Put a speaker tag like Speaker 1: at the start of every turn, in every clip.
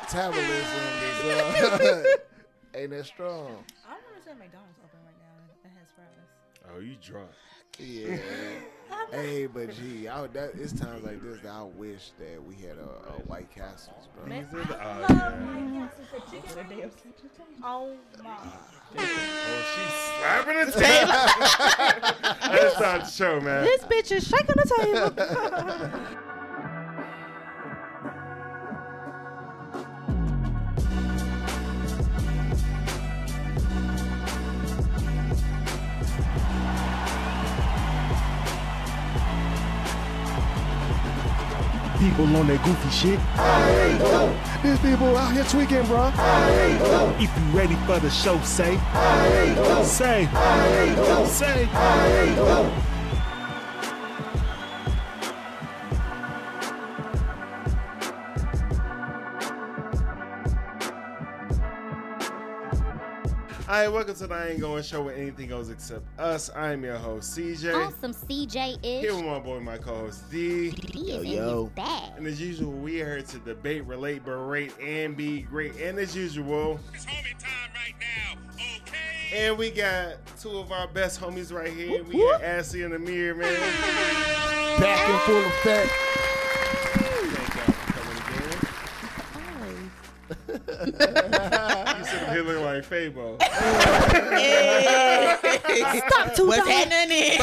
Speaker 1: metabolism is uh, ain't that strong.
Speaker 2: I don't understand McDonald's open right now and has fries.
Speaker 3: Oh, you drunk.
Speaker 1: Yeah. hey, but gee, I, would- that, it's times like this that I wish that we had a, a White Castles, bro.
Speaker 2: Man,
Speaker 3: Is it?
Speaker 2: I
Speaker 3: Oh,
Speaker 2: love
Speaker 3: yeah.
Speaker 2: White Castle for chicken. Oh my!
Speaker 3: Oh, she's slapping the table. That's not the show, man.
Speaker 2: This bitch is shaking the table.
Speaker 4: People on that goofy shit. There's people out here tweaking, bro. If you ready for the show, say. Say. Say.
Speaker 3: All right, welcome to the I Ain't Going Show where anything goes except us. I am your host, CJ.
Speaker 5: Awesome CJ
Speaker 3: Here
Speaker 5: ish.
Speaker 3: with my boy, my co-host, D.
Speaker 5: He
Speaker 1: yo.
Speaker 5: is in his bag.
Speaker 3: And as usual, we are here to debate, relate, berate, and be great. And as usual,
Speaker 6: It's homie time right now, okay?
Speaker 3: and we got two of our best homies right here. We got Ashley and Amir, man.
Speaker 1: Back in full effect.
Speaker 3: Thank y'all for coming again. You sit up here looking like Fabo.
Speaker 2: Stop too
Speaker 7: What's happening?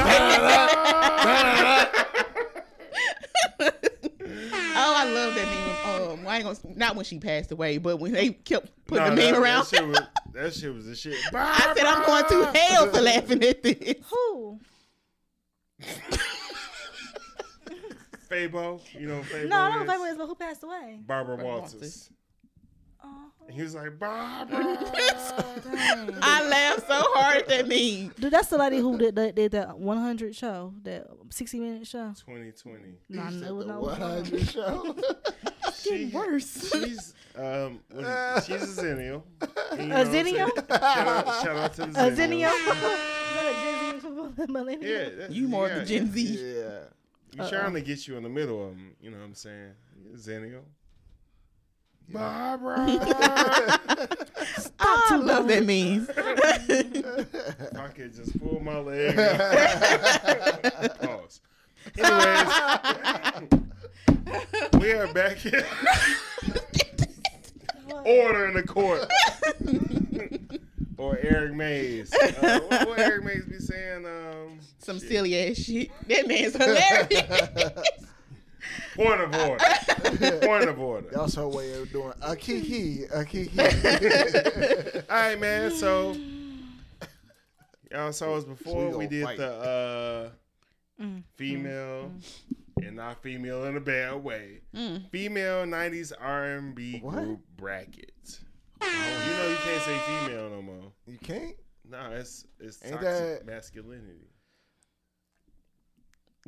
Speaker 7: oh, I love that meme. Um, well, I ain't gonna, not when she passed away, but when they kept putting
Speaker 3: Nah,
Speaker 7: the meme
Speaker 3: that,
Speaker 7: around.
Speaker 3: That shit, was, that shit was the shit.
Speaker 7: I said I'm going to hell for laughing at this.
Speaker 2: Who?
Speaker 3: Fabo, you know Fabo.
Speaker 2: No, I don't know
Speaker 3: is?
Speaker 2: who is, but who passed away?
Speaker 3: Barbara Walters.
Speaker 7: Walters.
Speaker 2: Oh,
Speaker 3: He was like, Barbara.
Speaker 2: dang.
Speaker 7: I laughed so hard at that meme.
Speaker 2: Dude, that's the lady who did that, did that 100 show, that 60 minute show.
Speaker 3: 2020.
Speaker 2: Nah, no, no,
Speaker 1: One hundred show.
Speaker 3: She,
Speaker 7: Worse.
Speaker 3: she's um, what is- she's a zennial. And you know
Speaker 2: A
Speaker 3: what I'm saying?
Speaker 2: zennial?
Speaker 3: Shout out, shout out to the
Speaker 2: A
Speaker 3: zennials.
Speaker 2: Zinio. Is that a Gen Z millennial?
Speaker 3: Yeah, that's-
Speaker 7: You more
Speaker 3: yeah,
Speaker 7: of the Gen Z.
Speaker 1: yeah.
Speaker 3: We're trying to get you in the middle of them. You know what I'm saying? Zennial. Barbara.
Speaker 7: I love that meme.
Speaker 3: if I could just pull my leg. out. Pause. Anyways, we are back in order in the court. or Eric Mays. Uh, what would Eric Mays be saying? Um,
Speaker 7: Some silly ass shit. That man's hilarious.
Speaker 3: point of order. point of order. All
Speaker 1: That's her way of doing a kiki, a kiki.
Speaker 3: right, man. So y'all saw us before.
Speaker 1: So we
Speaker 3: we
Speaker 1: gonna
Speaker 3: did
Speaker 1: fight.
Speaker 3: the uh,
Speaker 2: Mm,
Speaker 3: female. And not female in a bad way.
Speaker 7: Mm.
Speaker 3: female '90s R&B
Speaker 1: What?
Speaker 3: group bracket. you know you can't say female no more.
Speaker 1: you can't.
Speaker 3: Nah, it's it's
Speaker 1: Ain't
Speaker 3: toxic
Speaker 1: that-
Speaker 3: masculinity.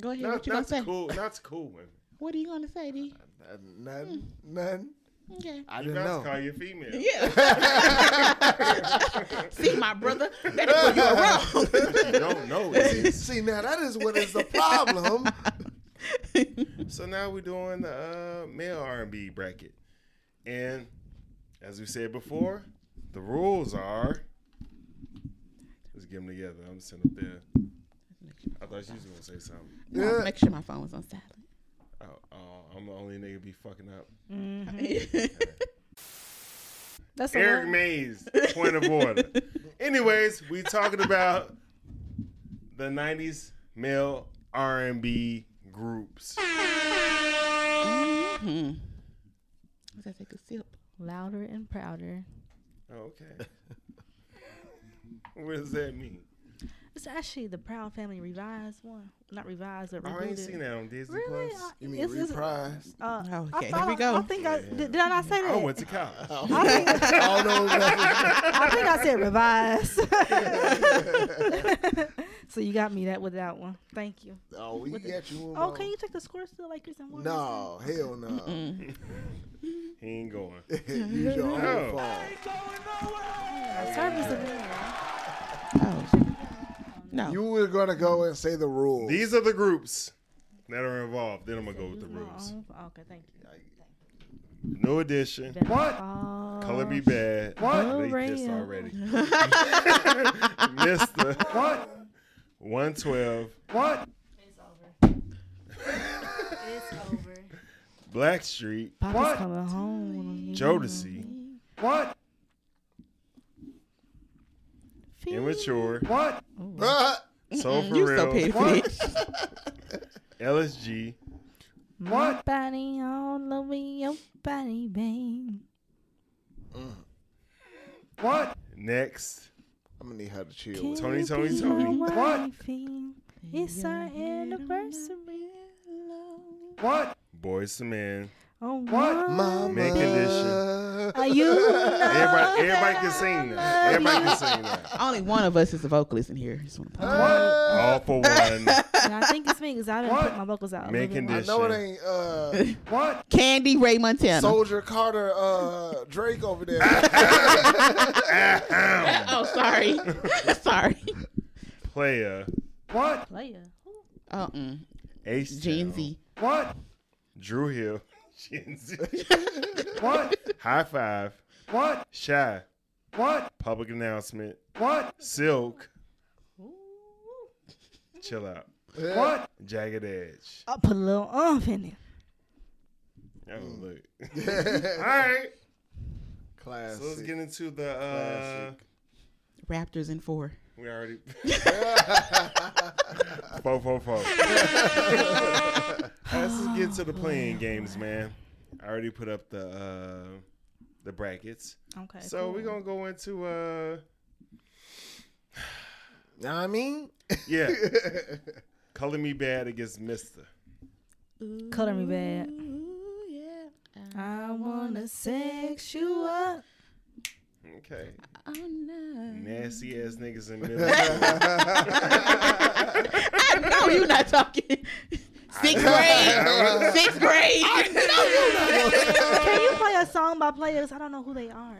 Speaker 7: Go ahead.
Speaker 3: Not,
Speaker 7: what you gonna
Speaker 3: not
Speaker 7: say?
Speaker 3: cool. Not cool women.
Speaker 7: What are you gonna say, D?
Speaker 1: Uh, None, none.
Speaker 7: Okay.
Speaker 1: I
Speaker 3: You
Speaker 1: didn't
Speaker 3: about to
Speaker 1: know.
Speaker 3: call you female.
Speaker 7: Yeah. See, my brother, that is where you
Speaker 3: You don't know this.
Speaker 1: See now, that is what is the problem.
Speaker 3: so now we're doing the uh, male R&B bracket, and as we said before, the rules are. Let's get them together. I'm sitting up there. I thought you was gonna say something.
Speaker 7: were wrong. Make sure my phone was on silent.
Speaker 3: Oh, oh, I'm the only nigga be fucking up.
Speaker 7: Hmm.
Speaker 2: That's a
Speaker 3: Eric
Speaker 2: lot.
Speaker 3: Mays, point of order. Anyways, we talking about the '90s male R&B groups.
Speaker 7: Hmm. Was that take a sip?
Speaker 2: Louder and prouder.
Speaker 3: Okay. What does that mean?
Speaker 2: It's actually the Proud Family revised one. Not revised, but rebooted.
Speaker 3: I ain't seen that on Disney
Speaker 2: Really?
Speaker 3: Plus.
Speaker 1: You mean reprised?
Speaker 2: uh,
Speaker 7: Oh,
Speaker 2: I
Speaker 7: okay, here
Speaker 2: thought
Speaker 7: we
Speaker 2: I-
Speaker 7: go.
Speaker 2: I think I did, did I not say that?
Speaker 3: I went to college.
Speaker 2: I think,
Speaker 1: I don't know. nothing.
Speaker 2: I think I said revised. so you got me that with that one. Thank you.
Speaker 1: Oh, we got you.
Speaker 2: Oh, can you take the score still like Chris and Warren?
Speaker 1: No, hell no.
Speaker 3: He ain't going.
Speaker 1: Use your own
Speaker 3: No.
Speaker 1: phone.
Speaker 2: Service again.
Speaker 7: Oh. No.
Speaker 1: You were gonna go and say the rules.
Speaker 3: These are the groups that are involved. Then I'm gonna go with the rules.
Speaker 2: Oh, okay, thank you.
Speaker 3: New edition.
Speaker 2: That
Speaker 4: What?
Speaker 2: all
Speaker 3: Color me bad.
Speaker 4: What?
Speaker 3: Oh, They kissed
Speaker 2: real.
Speaker 3: already. Mister
Speaker 4: What?
Speaker 3: one twelve.
Speaker 4: What?
Speaker 5: It's over. it's over.
Speaker 3: Black Street.
Speaker 2: Papa's
Speaker 4: What?
Speaker 2: coming home.
Speaker 3: Jodeci.
Speaker 4: What?
Speaker 2: Feel-
Speaker 3: Immature.
Speaker 4: What?
Speaker 3: So for
Speaker 7: You
Speaker 3: real.
Speaker 7: so petty for this.
Speaker 3: LSG.
Speaker 2: My
Speaker 4: What?
Speaker 2: body all over your body, babe.
Speaker 4: What?
Speaker 3: Next.
Speaker 1: I'm gonna need her to chill.
Speaker 2: Can
Speaker 1: with
Speaker 3: Tony,
Speaker 2: you
Speaker 3: Tony,
Speaker 2: be
Speaker 3: Tony.
Speaker 2: my
Speaker 4: What?
Speaker 2: wifey? It's our anniversary.
Speaker 4: What?
Speaker 3: Boys to men.
Speaker 2: Oh,
Speaker 4: What?
Speaker 1: Mama.
Speaker 3: Make condition.
Speaker 2: Are you
Speaker 3: Everybody, everybody can sing now. Everybody can sing now.
Speaker 7: Only one of us is a vocalist in here. Just wanna point out.
Speaker 1: Uh,
Speaker 3: All for one.
Speaker 2: I think it's me because I didn't
Speaker 4: What?
Speaker 2: put my vocals out. a
Speaker 3: Make
Speaker 2: little bit
Speaker 1: I
Speaker 2: more.
Speaker 3: condition.
Speaker 1: know it ain't uh,
Speaker 4: What?
Speaker 7: Candy Ray Montana.
Speaker 1: Soldier Carter uh, Drake over there.
Speaker 7: oh, sorry. sorry.
Speaker 3: Player.
Speaker 4: What?
Speaker 2: Player.
Speaker 7: Uh uh
Speaker 3: H.
Speaker 7: Gen Z.
Speaker 4: What?
Speaker 3: Drew Hill. Gen Z.
Speaker 4: What?
Speaker 3: High five.
Speaker 4: What?
Speaker 3: Shy.
Speaker 4: What?
Speaker 3: Public announcement.
Speaker 4: What?
Speaker 3: Silk. Chill out.
Speaker 4: What?
Speaker 3: Jagged Edge.
Speaker 2: I put a little oomph in it.
Speaker 3: Oh, look. All right.
Speaker 1: Classic.
Speaker 3: So let's get into the. Uh,
Speaker 7: Raptors in four.
Speaker 3: we already. Fo fo fo. Let's just get to the playing games, man. I already put up the uh, the brackets,
Speaker 2: Okay.
Speaker 3: so we're gonna go into uh,
Speaker 1: Know what I mean?
Speaker 3: yeah, color me bad against Mister.
Speaker 2: color me bad.
Speaker 7: Ooh, yeah.
Speaker 2: I wanna sex you up.
Speaker 3: Okay,
Speaker 7: Oh, no.
Speaker 3: nasty ass niggas in the middle.
Speaker 7: I know you're not talking. Sixth grade. Sixth grade.
Speaker 2: Can you play a song by players? I don't know who they are.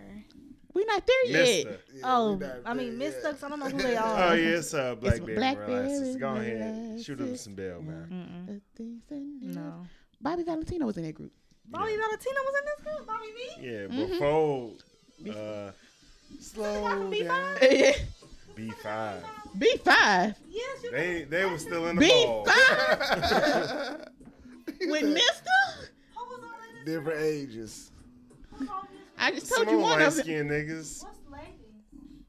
Speaker 7: We're not there yet.
Speaker 3: Mister.
Speaker 2: oh,
Speaker 1: not
Speaker 2: I mean,
Speaker 1: there
Speaker 2: Miss
Speaker 1: yet.
Speaker 2: Ducks. I don't know who they
Speaker 3: Oh
Speaker 2: are.
Speaker 3: yeah, it's uh, Blackberry.
Speaker 7: Blackberry
Speaker 3: Molasses. Go ahead,
Speaker 7: Molasses.
Speaker 3: shoot him some bell, man.
Speaker 2: Mm-mm.
Speaker 7: The things that need-
Speaker 2: No.
Speaker 7: Bobby Valentino was in that group.
Speaker 2: Bobby Valentino was in this group. Bobby V.
Speaker 3: Yeah, before uh, slow down.
Speaker 7: Eh,
Speaker 3: B five.
Speaker 7: B five.
Speaker 2: Yes, you
Speaker 3: They they were still in the
Speaker 7: B
Speaker 3: ball.
Speaker 7: five with Mister.
Speaker 2: who was on this?
Speaker 1: Different ages.
Speaker 7: I just
Speaker 3: Some
Speaker 7: told
Speaker 3: of
Speaker 7: you
Speaker 3: them
Speaker 7: one
Speaker 3: light
Speaker 7: of them.
Speaker 3: skinned niggas.
Speaker 2: What's lady?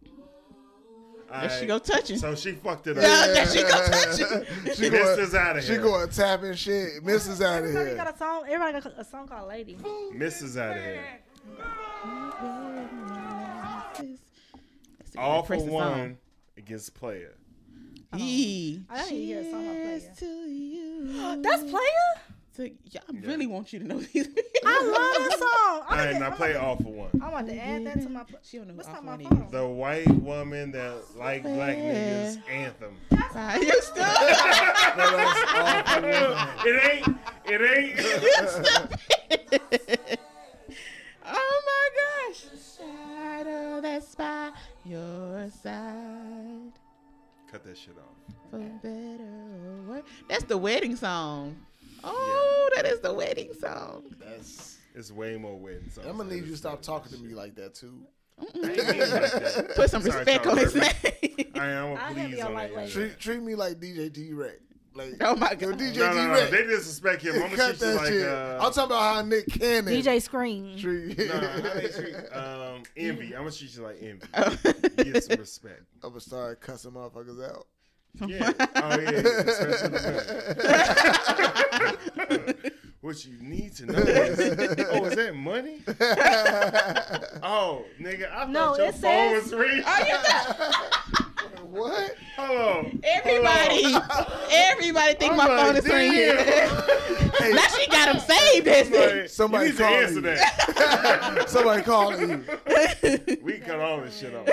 Speaker 7: There she
Speaker 3: Alright,
Speaker 7: go touching.
Speaker 3: So she fucked it
Speaker 7: Yeah,
Speaker 3: up.
Speaker 7: there she go touching.
Speaker 1: She
Speaker 3: Mister's out of
Speaker 1: She
Speaker 3: here.
Speaker 1: going tapping shit. Missus out of
Speaker 2: Everybody
Speaker 1: here.
Speaker 2: got a song. Everybody got a song called Lady.
Speaker 3: Mister's out of here.
Speaker 7: That's a
Speaker 3: All for
Speaker 7: impressive song.
Speaker 3: one against player.
Speaker 7: E.
Speaker 2: I didn't hear a song by
Speaker 7: Cheers
Speaker 2: Player.
Speaker 7: to you.
Speaker 2: That's Player.
Speaker 7: So, yeah, I really want you to know these.
Speaker 2: I love that song.
Speaker 3: All
Speaker 2: I'm
Speaker 3: right,
Speaker 2: about
Speaker 3: now
Speaker 2: to-
Speaker 3: play all for one.
Speaker 2: I'm about to add that to my. pl-
Speaker 7: She don't know who
Speaker 2: What's
Speaker 7: Alpha
Speaker 2: not my
Speaker 7: One is.
Speaker 2: phone?
Speaker 3: The white woman that like black niggas anthem.
Speaker 7: I used to.
Speaker 3: it ain't. It ain't.
Speaker 7: oh my gosh. Shadow that spy your side
Speaker 3: Cut that shit off.
Speaker 7: for better or worse. That's the wedding song. Oh, that is the wedding song.
Speaker 1: That's.
Speaker 3: It's way more wet. So
Speaker 1: I'm gonna need you to stop talking to me like that too.
Speaker 7: Put some
Speaker 3: Sorry,
Speaker 7: respect
Speaker 3: Charles
Speaker 7: on his
Speaker 3: Murphy.
Speaker 7: name.
Speaker 3: I am
Speaker 2: I
Speaker 3: a
Speaker 2: have
Speaker 3: please
Speaker 2: y'all
Speaker 3: on
Speaker 2: like
Speaker 3: that.
Speaker 2: like-
Speaker 3: No,
Speaker 1: Treat, treat me like DJ D-Rex. Like
Speaker 7: oh my
Speaker 1: yo,
Speaker 7: god.
Speaker 1: DJ
Speaker 3: no, no.
Speaker 1: D-Rex.
Speaker 3: They did respect him. I'm gonna
Speaker 1: Cut
Speaker 3: treat you
Speaker 1: that
Speaker 3: like
Speaker 1: shit.
Speaker 3: uh,
Speaker 1: I'm talking about how Nick Cannon.
Speaker 2: DJ Scream.
Speaker 1: treat.
Speaker 3: No, how they treat um, envy. I'm gonna treat you like envy. Get some respect.
Speaker 1: I'm gonna start cussing motherfuckers out.
Speaker 3: Yeah. Oh yeah. Especially the money. what you need to know is, oh, is that money? oh, nigga, I
Speaker 2: No,
Speaker 3: thought your
Speaker 2: it
Speaker 3: phone
Speaker 2: says-
Speaker 3: was ringing.
Speaker 1: What?
Speaker 3: Hello.
Speaker 7: Everybody, everybody think my phone is ringing. now she got him saved, isn't it?
Speaker 1: Somebody
Speaker 3: Somebody you need to
Speaker 1: call
Speaker 3: answer
Speaker 1: you.
Speaker 3: that.
Speaker 1: Somebody calling you.
Speaker 3: We cut all this shit off.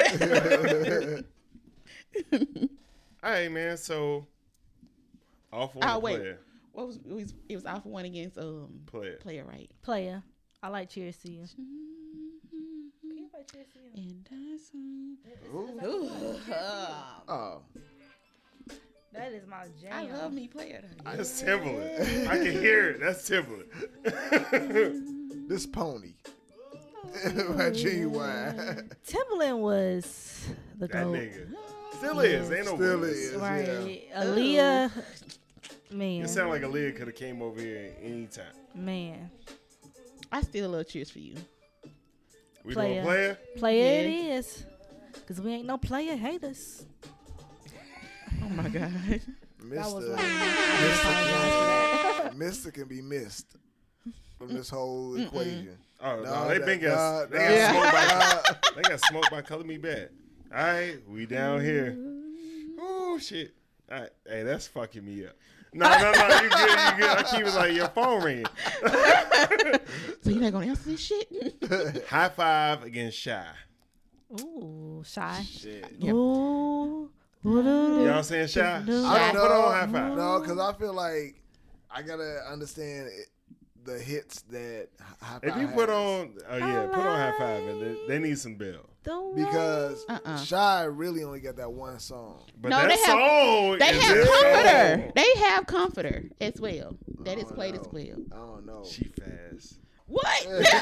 Speaker 3: all right, man. So, off one
Speaker 7: Oh, wait.
Speaker 3: player.
Speaker 7: What was it was, it was off one against um
Speaker 3: Player.
Speaker 7: player right?
Speaker 2: Player. I like Cheers to You.
Speaker 7: Mm-hmm. And I saw- Ooh, uh,
Speaker 1: Oh,
Speaker 2: That is my jam.
Speaker 7: I love me player. though.
Speaker 3: That's Timbaland. I can hear it. That's Timbaland.
Speaker 1: This pony. By Genuine.
Speaker 2: Timbaland was the
Speaker 3: That
Speaker 2: goat.
Speaker 3: nigga. Still is. Ain't no
Speaker 1: Still
Speaker 3: voice.
Speaker 1: is. Yeah.
Speaker 2: Right. Aaliyah. Man.
Speaker 3: It sound like Aaliyah could have came over here at any time.
Speaker 2: man.
Speaker 7: I still love cheers for you.
Speaker 3: We
Speaker 2: Player.
Speaker 3: gonna play her?
Speaker 2: Player it
Speaker 7: Yeah.
Speaker 2: is. Because we ain't no player haters.
Speaker 7: Oh my god.
Speaker 5: That was
Speaker 1: Mister.
Speaker 5: like, I apologize for that.
Speaker 1: Mister can be missed from this whole equation.
Speaker 3: Oh no,
Speaker 1: Nah,
Speaker 3: they
Speaker 1: that-
Speaker 3: been
Speaker 1: nah,
Speaker 3: got they got
Speaker 1: nah.
Speaker 3: smoked by they got smoked by Color Me Bad. All right, we down here. Oh shit! All right, hey, that's fucking me up. No, no, no, you good, you good. I keep it like your phone ringing.
Speaker 7: So you're not gonna answer this shit?
Speaker 3: High five against Shy.
Speaker 2: Ooh, shy.
Speaker 3: Shit.
Speaker 7: Yep.
Speaker 2: Ooh. woo-doo-doo.
Speaker 3: Y'all saying Shy?
Speaker 1: I
Speaker 3: Shy,
Speaker 1: don't
Speaker 3: put
Speaker 1: know.
Speaker 3: on high five.
Speaker 1: No, because I feel like I gotta understand it, the hits that. High
Speaker 3: If
Speaker 1: Five
Speaker 3: you put
Speaker 1: has.
Speaker 3: on, oh yeah, put on high five, and they, they need some bill.
Speaker 2: The way-
Speaker 1: because
Speaker 7: Uh-uh.
Speaker 1: Shy really only got that one song.
Speaker 3: But
Speaker 7: No,
Speaker 3: that
Speaker 7: they have-
Speaker 3: song,
Speaker 7: They
Speaker 3: is
Speaker 7: have
Speaker 3: his
Speaker 7: comforter.
Speaker 3: song.
Speaker 7: They have comforter as well. That is
Speaker 1: Oh,
Speaker 7: played
Speaker 1: no.
Speaker 7: as well.
Speaker 1: I don't know.
Speaker 3: She fast.
Speaker 7: What?
Speaker 2: you
Speaker 7: They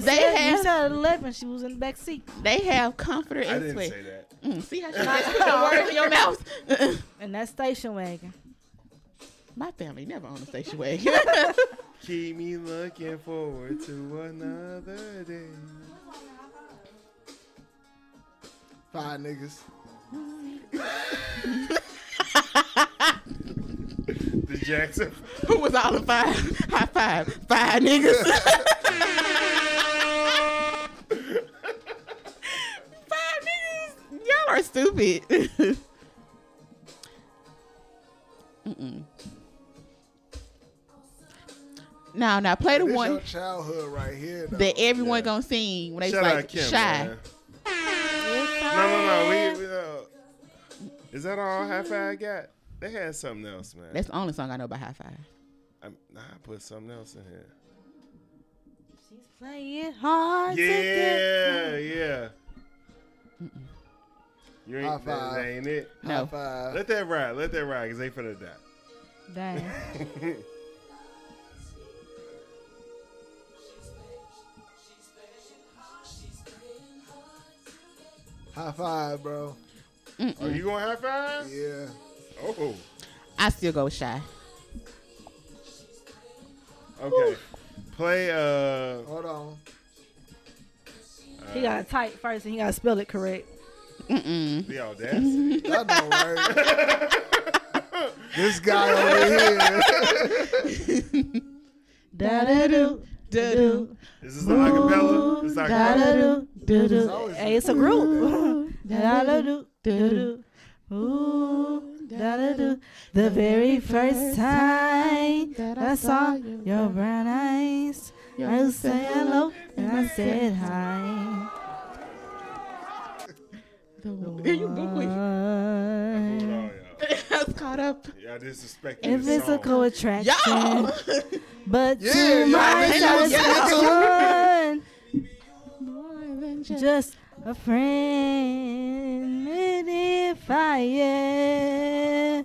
Speaker 2: said,
Speaker 7: have-
Speaker 2: you said 11. She was in the back seat.
Speaker 7: they have comforter
Speaker 3: I
Speaker 7: as
Speaker 3: didn't
Speaker 7: well.
Speaker 3: say that.
Speaker 7: Mm, see how she likes to put the words in your mouth?
Speaker 2: In that station wagon.
Speaker 7: my family never on a station wagon.
Speaker 3: Keep me looking forward to another day.
Speaker 1: Five niggas.
Speaker 3: The Jackson.
Speaker 7: Who was all in five? High five. Five niggas. five niggas. Y'all are stupid. Mm-mm. Now, now play the
Speaker 1: This your
Speaker 7: one
Speaker 1: childhood right here. Though.
Speaker 7: that everyone
Speaker 3: Yeah.
Speaker 7: gonna sing when they
Speaker 3: Shout
Speaker 7: like
Speaker 3: out Kim.
Speaker 7: shy.
Speaker 3: man. No, no, no. We, we, uh, is that all high five got? They had something else, man.
Speaker 7: That's the only song I know by high five.
Speaker 3: I, nah, I put something else in here.
Speaker 2: She's playing hard. to get-
Speaker 3: Yeah, yeah.
Speaker 1: High
Speaker 3: You ain't, that,
Speaker 1: five.
Speaker 3: that ain't it.
Speaker 1: High
Speaker 7: No.
Speaker 1: five.
Speaker 3: Let that ride. Let that ride, cause they finna die.
Speaker 2: Dang.
Speaker 1: High five, bro.
Speaker 3: Are Oh, you going high five?
Speaker 1: Yeah.
Speaker 3: Oh,
Speaker 7: I still go with shy.
Speaker 3: okay. Play. Uh,
Speaker 1: Hold on.
Speaker 2: He got to type first and he got to spell it correct.
Speaker 7: Mm-mm.
Speaker 2: Mm-hmm.
Speaker 3: the audacity.
Speaker 1: That don't work. this guy over here.
Speaker 2: Da da do. Da do.
Speaker 3: Is this the acapella? It's
Speaker 2: Da da
Speaker 3: acapella.
Speaker 2: do. Da
Speaker 1: It's
Speaker 2: do.
Speaker 1: always-
Speaker 2: Hey, it's a group. Da da do. Da do. Ooh, da da do. The very first time that I saw your brown eyes, I said hello and I said hi.
Speaker 7: Here you go.
Speaker 3: Hold
Speaker 2: One.
Speaker 3: on, y'all.
Speaker 7: I was caught up.
Speaker 3: Y'all disrespecting
Speaker 2: If
Speaker 3: the
Speaker 2: it's a
Speaker 3: song.
Speaker 2: co attraction,
Speaker 7: Y'all.
Speaker 2: but
Speaker 1: Yeah,
Speaker 2: to
Speaker 1: y'all
Speaker 2: my
Speaker 1: ain't
Speaker 7: no
Speaker 2: just one,
Speaker 7: More than just
Speaker 2: just a friend. And if I am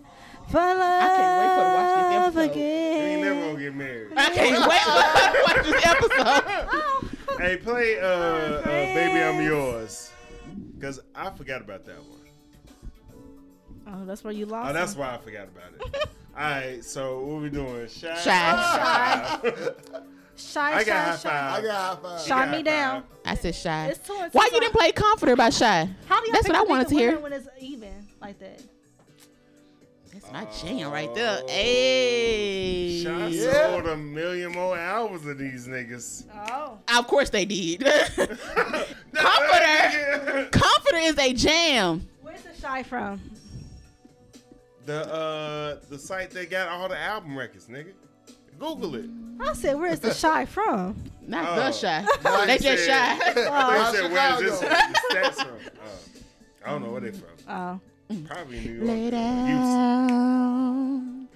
Speaker 2: for
Speaker 7: I can't
Speaker 2: love
Speaker 7: wait for to watch this episode.
Speaker 3: You ain't never
Speaker 2: again.
Speaker 3: gonna get married.
Speaker 7: I can't wait for her to watch this episode.
Speaker 2: Oh.
Speaker 3: hey, play uh, uh Baby I'm Yours. Cause I forgot about that one.
Speaker 2: Oh, that's where you lost.
Speaker 3: Oh, that's
Speaker 2: him.
Speaker 3: why I forgot about it. Alright, so what we doing? Shy.
Speaker 7: Shy.
Speaker 2: shy, shy,
Speaker 3: I got high
Speaker 2: shy.
Speaker 3: five.
Speaker 1: I got high five.
Speaker 2: Shot me down.
Speaker 7: I said shy.
Speaker 2: It's two and two,
Speaker 7: Why
Speaker 2: so
Speaker 7: you didn't play Comforter by Shy?
Speaker 2: How do y'all
Speaker 7: That's
Speaker 2: pick
Speaker 7: what I
Speaker 2: the
Speaker 7: wanted to hear.
Speaker 2: winner When it's even like that.
Speaker 7: That's my jam right there.
Speaker 3: Oh.
Speaker 7: Hey.
Speaker 3: Shy
Speaker 1: Yeah.
Speaker 3: sold a million more albums than these niggas.
Speaker 2: Oh,
Speaker 7: Uh, Of course they did.
Speaker 3: Comforter.
Speaker 7: Comforter is a jam.
Speaker 2: where's the shy from?
Speaker 3: the uh the site that got all the album records, nigga. Google it.
Speaker 2: I said, where's the shy from?
Speaker 7: Not
Speaker 3: Oh.
Speaker 7: the shy.
Speaker 3: Like
Speaker 7: they
Speaker 3: I
Speaker 7: just
Speaker 3: said-
Speaker 7: shy.
Speaker 1: Out
Speaker 3: They said, where's this
Speaker 1: Chicago.
Speaker 3: the stats from? Oh, I don't know where they from.
Speaker 2: Oh,
Speaker 3: Probably New York.
Speaker 7: Lay
Speaker 3: Houston.
Speaker 7: down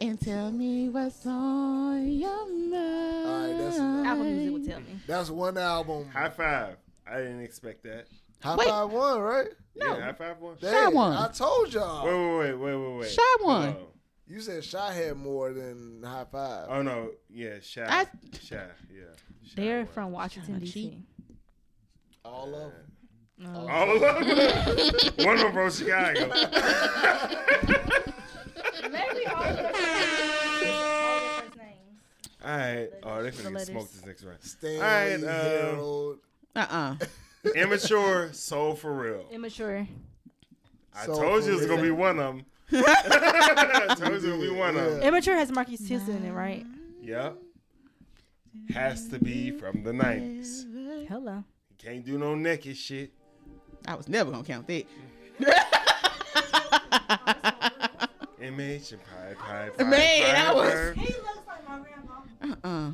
Speaker 7: and tell me what's on your mind.
Speaker 1: right, that's enough.
Speaker 2: Apple Music will tell me.
Speaker 1: That's one album.
Speaker 3: High five. I didn't expect that.
Speaker 1: High
Speaker 7: Wait.
Speaker 1: five one, right?
Speaker 3: Yeah, high five one.
Speaker 1: Dang,
Speaker 7: one.
Speaker 1: I told y'all.
Speaker 3: Wait, wait, wait, wait, wait, wait.
Speaker 7: Shy one.
Speaker 3: Hold
Speaker 1: You said Shy had more than high five.
Speaker 3: Oh no, yeah, Shy,
Speaker 2: I-
Speaker 3: Shy, yeah. Shy
Speaker 2: They're
Speaker 3: was.
Speaker 2: from Washington
Speaker 7: Tryna cheat.
Speaker 2: D.C.
Speaker 1: All of them.
Speaker 3: All of them. One of them from Chicago.
Speaker 2: Maybe all of them have different names.
Speaker 3: All right.
Speaker 2: The
Speaker 3: Oh, they're gonna get
Speaker 2: letters.
Speaker 3: smoked this next round.
Speaker 1: Stanley,
Speaker 3: All right, uh,
Speaker 1: Harold.
Speaker 7: Uh-uh.
Speaker 3: Immature, soul for real.
Speaker 2: Immature.
Speaker 3: I
Speaker 1: Soul
Speaker 3: told
Speaker 1: for
Speaker 3: you it was gonna be
Speaker 1: real.
Speaker 3: one of them. I told you it was gonna be one of them.
Speaker 2: Immature has Marcus Houston in it, right?
Speaker 3: Yep. Has to be from the nineties.
Speaker 2: Hello.
Speaker 3: Can't do no naked shit.
Speaker 7: I was never gonna count that.
Speaker 3: Image and pie, pie, pie.
Speaker 7: Man,
Speaker 3: pie,
Speaker 7: that was-
Speaker 3: pie.
Speaker 2: He looks like my grandma.
Speaker 7: Uh-uh.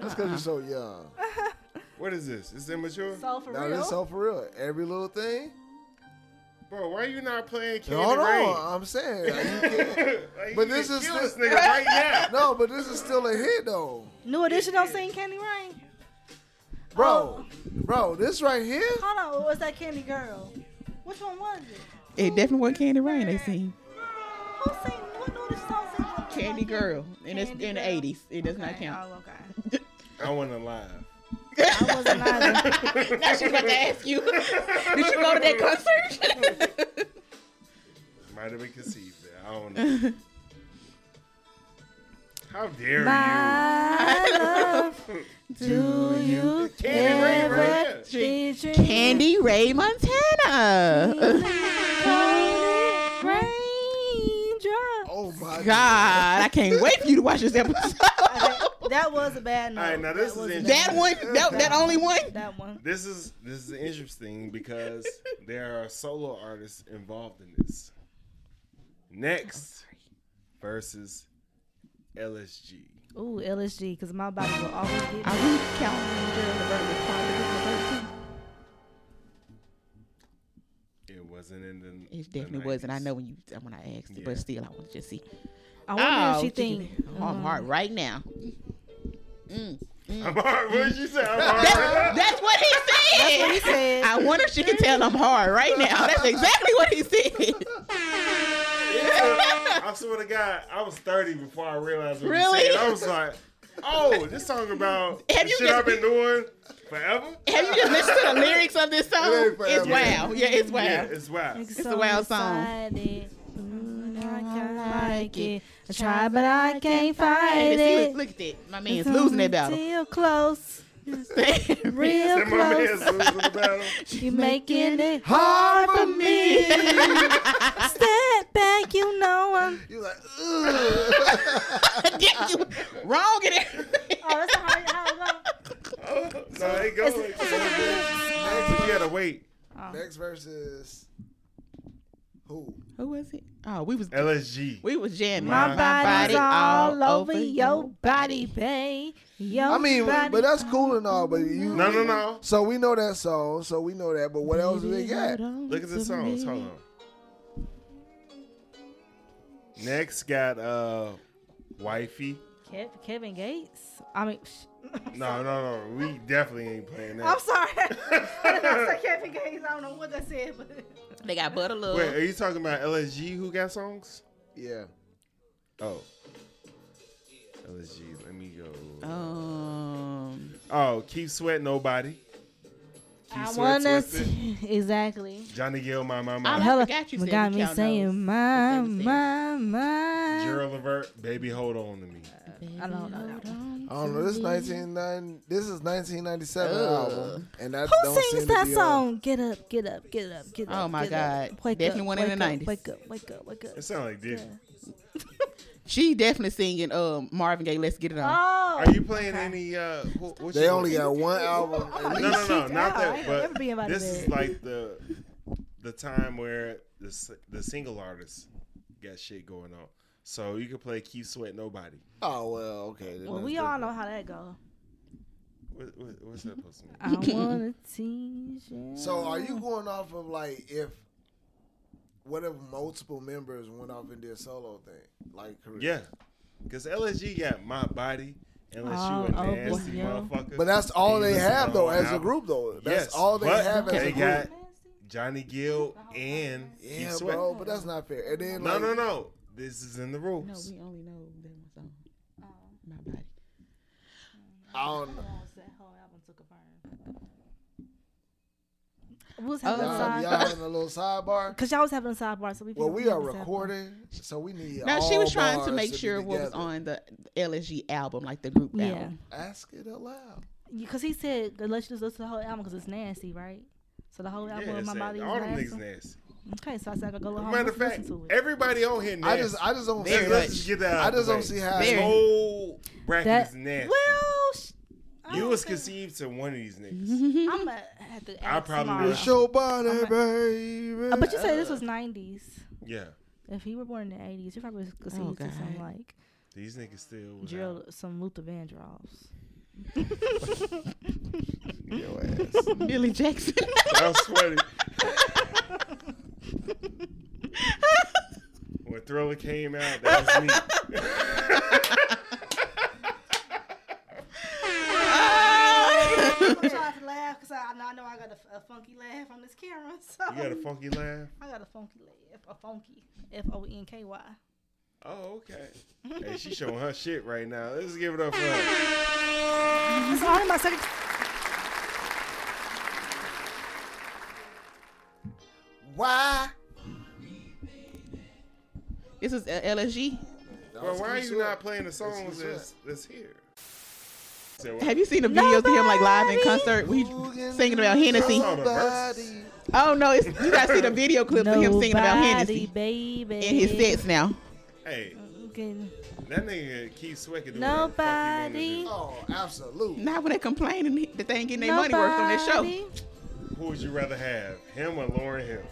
Speaker 1: That's because you're so young.
Speaker 3: What is this? Is immature?
Speaker 2: So for
Speaker 1: Now
Speaker 2: real.
Speaker 1: this so for real. Every little thing.
Speaker 3: Bro, why are you not playing Candy
Speaker 1: Hold
Speaker 3: Rain?
Speaker 1: on, I'm saying. Like, you can't-
Speaker 3: Like,
Speaker 1: But
Speaker 3: you
Speaker 1: this
Speaker 3: can
Speaker 1: is
Speaker 3: kill
Speaker 1: the-
Speaker 3: this nigga right now.
Speaker 1: no, but this is still a hit though,
Speaker 2: New edition don't sing Candy Rain.
Speaker 1: bro. Bro, this right here.
Speaker 2: Hold on, what's that Candy Girl? Which one was it?
Speaker 7: It definitely wasn't Candy Rain they sing.
Speaker 2: Who sang? What new edition song sang? like that?
Speaker 7: Candy Girl. And it's in the eighties. It does not
Speaker 2: Okay,
Speaker 7: count.
Speaker 2: Oh, okay.
Speaker 3: I want to lie.
Speaker 2: I wasn't either.
Speaker 7: Now she's about to ask you. Did you go to that concert?
Speaker 3: Might have been conceived. there. I don't know. How dare
Speaker 2: My love, do you
Speaker 3: you? Candy Rain
Speaker 2: ever
Speaker 3: right here.
Speaker 2: feature
Speaker 7: Candy Ray Montana.
Speaker 2: Candy Raindrop?
Speaker 1: Oh my
Speaker 7: God, I can't wait for you to watch this episode.
Speaker 2: That was a bad note.
Speaker 3: All right, now this
Speaker 2: was
Speaker 3: is
Speaker 2: a
Speaker 3: interesting.
Speaker 7: that one, that, that only one.
Speaker 2: That one.
Speaker 3: This is this is interesting because there are solo artists involved in this. Next versus LSG.
Speaker 2: Ooh, LSG, because my body will always get.
Speaker 7: Are we counting Gerald the Bird as part of the bird
Speaker 3: It wasn't in the.
Speaker 7: too?
Speaker 3: the
Speaker 7: It definitely wasn't. I
Speaker 3: 90s.
Speaker 7: know when you when I asked it,
Speaker 3: Yeah.
Speaker 7: but still, I want to just see. Oh,
Speaker 2: I wonder if she
Speaker 7: what you
Speaker 2: think. uh-huh.
Speaker 7: did. I'm hard right now. Mm.
Speaker 3: I'm hard. What did you say? I'm hard.
Speaker 7: That's, that's what he said.
Speaker 2: That's what he said.
Speaker 7: I wonder if she can tell I'm hard right now. That's exactly what he said.
Speaker 3: I swear to God, I was 30 before I realized what
Speaker 7: Really?
Speaker 3: he said. I was like, oh, this song about
Speaker 7: Have
Speaker 3: the
Speaker 7: you
Speaker 3: shit I've been
Speaker 7: just-
Speaker 3: doing forever?
Speaker 7: Have you just listened to the lyrics of this song?
Speaker 1: ain't
Speaker 7: It's
Speaker 1: forever.
Speaker 7: wow. Yeah, it's wow.
Speaker 3: Yeah, it's wild.
Speaker 2: It's
Speaker 7: a wild song.
Speaker 2: Excited. Mm, I kinda
Speaker 7: I
Speaker 2: like
Speaker 7: like
Speaker 2: it.
Speaker 7: it.
Speaker 2: I try, but I can't fight
Speaker 7: Hey,
Speaker 2: it.
Speaker 7: look, look at that. My man's losing that battle.
Speaker 2: Real close, real
Speaker 3: That my man's
Speaker 2: close.
Speaker 3: losing the battle.
Speaker 2: You making it hard for me. Step back, you know I'm.
Speaker 1: You like, ugh.
Speaker 7: Get you wrong in everything.
Speaker 2: Oh, that's how how it go.
Speaker 3: Oh, no, it goes. Like, you gotta wait.
Speaker 1: Next versus who?
Speaker 7: Who was it? Oh, we was
Speaker 3: LSG.
Speaker 7: we was jamming.
Speaker 3: My
Speaker 2: My body's all over your body, babe. Your
Speaker 1: I mean,
Speaker 2: body.
Speaker 1: but that's cool and all, but you.
Speaker 3: No, no, no.
Speaker 1: So we know that song, so we know that, but what else do they got?
Speaker 3: Look at the songs. Hold on. Next got uh, Wifey.
Speaker 2: Kev- Kevin Gates. I mean, sh-
Speaker 3: No, no, no. We definitely ain't playing that.
Speaker 2: I'm sorry. I did not say Kevin Gates. I don't know what that said, but
Speaker 7: They got butter love.
Speaker 3: Wait, are you talking about LSG who got songs?
Speaker 1: Yeah.
Speaker 3: Oh. LSG, let me go.
Speaker 2: Oh.
Speaker 7: Um,
Speaker 3: Oh, keep sweat nobody. Keep
Speaker 2: I
Speaker 3: Sweat
Speaker 2: want to
Speaker 3: Twisted.
Speaker 2: see exactly.
Speaker 3: Johnny Gill, my my
Speaker 7: I
Speaker 3: my.
Speaker 7: like-
Speaker 2: Hella,
Speaker 7: forgot you
Speaker 2: we
Speaker 7: said
Speaker 2: got
Speaker 7: we
Speaker 2: me
Speaker 7: count those.
Speaker 2: saying my
Speaker 7: What they was
Speaker 2: my my.
Speaker 3: Gerald Levert, baby, hold on to me.
Speaker 2: I don't know. that one.
Speaker 1: I don't know. This 1990, This is 1997 album, and I
Speaker 2: Who
Speaker 1: don't
Speaker 2: sings
Speaker 1: seem to
Speaker 2: that
Speaker 1: be on-
Speaker 2: song? Get up, get up, get up, get up.
Speaker 7: Oh my
Speaker 2: get up.
Speaker 7: God.
Speaker 2: Wake
Speaker 7: Definitely
Speaker 2: up,
Speaker 7: one in
Speaker 2: wake
Speaker 7: the
Speaker 2: up,
Speaker 7: 90s.
Speaker 2: Wake up, wake up, wake up.
Speaker 3: It sounds like this.
Speaker 7: she definitely singing. Um, Marvin Gaye, let's get it on.
Speaker 2: Oh,
Speaker 3: Are you playing any? Uh, wh- what
Speaker 1: They
Speaker 3: you-
Speaker 1: only got one album.
Speaker 3: No,
Speaker 1: and
Speaker 3: no, no,
Speaker 2: Cheat Oh, out.
Speaker 3: not
Speaker 2: I
Speaker 3: that.
Speaker 2: ain't never be
Speaker 3: But
Speaker 2: invited
Speaker 3: this
Speaker 2: to
Speaker 3: is
Speaker 2: bed.
Speaker 3: like the the time where the s- the single artists got shit going on. So you can play "Keep Sweat Nobody."
Speaker 1: Oh well, okay. then
Speaker 2: well,
Speaker 1: that's
Speaker 2: we all
Speaker 1: different.
Speaker 2: know how that goes.
Speaker 3: What, what, what's that supposed to mean?
Speaker 2: I wanna tease you.
Speaker 1: So are you going off of like if what if multiple members went off and did solo thing like career?
Speaker 3: Yeah, because LSG got my body. Unless
Speaker 2: Oh,
Speaker 3: you a
Speaker 2: oh, boy,
Speaker 3: nasty
Speaker 2: yeah.
Speaker 3: motherfucker.
Speaker 1: But that's all
Speaker 3: And you
Speaker 1: they
Speaker 3: listen to
Speaker 1: have
Speaker 3: the
Speaker 1: though
Speaker 3: whole
Speaker 1: as a
Speaker 3: album.
Speaker 1: group though. That's
Speaker 3: Yes,
Speaker 1: all they
Speaker 3: but
Speaker 1: have as
Speaker 3: they
Speaker 1: a group.
Speaker 3: got Johnny Gill and Keith
Speaker 1: Yeah,
Speaker 3: Sweat.
Speaker 1: bro, but that's not fair. And then
Speaker 3: No,
Speaker 1: like,
Speaker 3: no, no. This is in the
Speaker 7: No,
Speaker 3: rules.
Speaker 7: we only know that one song.
Speaker 2: Oh.
Speaker 7: My body.
Speaker 1: I don't know.
Speaker 2: We was
Speaker 7: Oh.
Speaker 2: having a
Speaker 1: Y'all, y'all
Speaker 2: sidebar.
Speaker 1: having a little sidebar.
Speaker 2: Cause y'all was having a sidebar, so we.
Speaker 1: Well,
Speaker 2: couldn't
Speaker 1: we
Speaker 2: really
Speaker 1: are
Speaker 2: have a sidebar.
Speaker 1: recording, so we need.
Speaker 7: No, she
Speaker 1: all
Speaker 7: was trying to
Speaker 1: bars
Speaker 7: make
Speaker 1: be
Speaker 7: sure what was
Speaker 1: together.
Speaker 7: on the LSG album, like the group
Speaker 2: Yeah.
Speaker 7: album.
Speaker 1: Ask it aloud.
Speaker 2: Because he said, "Let's just listen to the whole album because it's nasty, right?" So the whole album,
Speaker 3: Yeah,
Speaker 2: my
Speaker 3: it's
Speaker 2: body
Speaker 3: nasty.
Speaker 2: is
Speaker 3: all them
Speaker 2: nasty.
Speaker 3: niggas nasty.
Speaker 2: Okay, so I said I could go home and
Speaker 3: Matter of
Speaker 2: listen
Speaker 3: fact,
Speaker 2: to it.
Speaker 3: everybody on here
Speaker 1: I
Speaker 3: nasty.
Speaker 1: just, I just don't.
Speaker 7: Very
Speaker 1: see-
Speaker 7: much.
Speaker 3: Let's just get that.
Speaker 1: I
Speaker 3: out the
Speaker 1: just
Speaker 3: way.
Speaker 1: don't see how.
Speaker 7: Very.
Speaker 3: This whole bracket
Speaker 2: That-
Speaker 3: is nasty.
Speaker 2: Well, sh- I
Speaker 3: you
Speaker 2: don't
Speaker 3: was
Speaker 2: think-
Speaker 3: conceived to one of these niggas.
Speaker 2: I'm gonna have to. Ask
Speaker 3: probably
Speaker 2: tomorrow.
Speaker 3: would.
Speaker 1: It's your body,
Speaker 2: I'm a-
Speaker 1: baby.
Speaker 7: "Oh,
Speaker 2: Uh, but you said this was '90s.
Speaker 3: yeah,
Speaker 2: If he were born in the '80s, you probably could see
Speaker 7: Oh,
Speaker 2: to some
Speaker 7: God.
Speaker 2: like
Speaker 3: these niggas still. Was out.
Speaker 2: drill, some Luther Vandross.
Speaker 1: Your ass.
Speaker 7: Billy Jackson.
Speaker 3: I'm sweating. when Thriller came out, that was me.
Speaker 2: I'm trying to laugh because I, I know I got a, a funky laugh on this camera. So
Speaker 3: You got a funky laugh.
Speaker 2: I got a funky laugh, a funky F O N K Y.
Speaker 3: Oh, okay. Hey, she showing her shit right now. Let's give it up for her.
Speaker 2: That's only my second.
Speaker 1: Why?
Speaker 7: this is uh, LSG.
Speaker 3: Well, why are you not playing the songs
Speaker 1: That's what's
Speaker 3: that's, that's here? So,
Speaker 7: Have you seen the videos of him like live in concert? We singing about Hennessy.
Speaker 3: Oh, the verses.
Speaker 7: Oh no, it's, you gotta see the video clips of him singing about Hennessy
Speaker 2: baby.
Speaker 7: in his sets now.
Speaker 3: hey,
Speaker 2: Okay.
Speaker 3: that nigga keeps sweating.
Speaker 2: Nobody.
Speaker 1: Oh, absolutely.
Speaker 7: Now when they complaining that they ain't getting their money worth on their show. She
Speaker 3: Who would you rather have, him or Lauren Hill?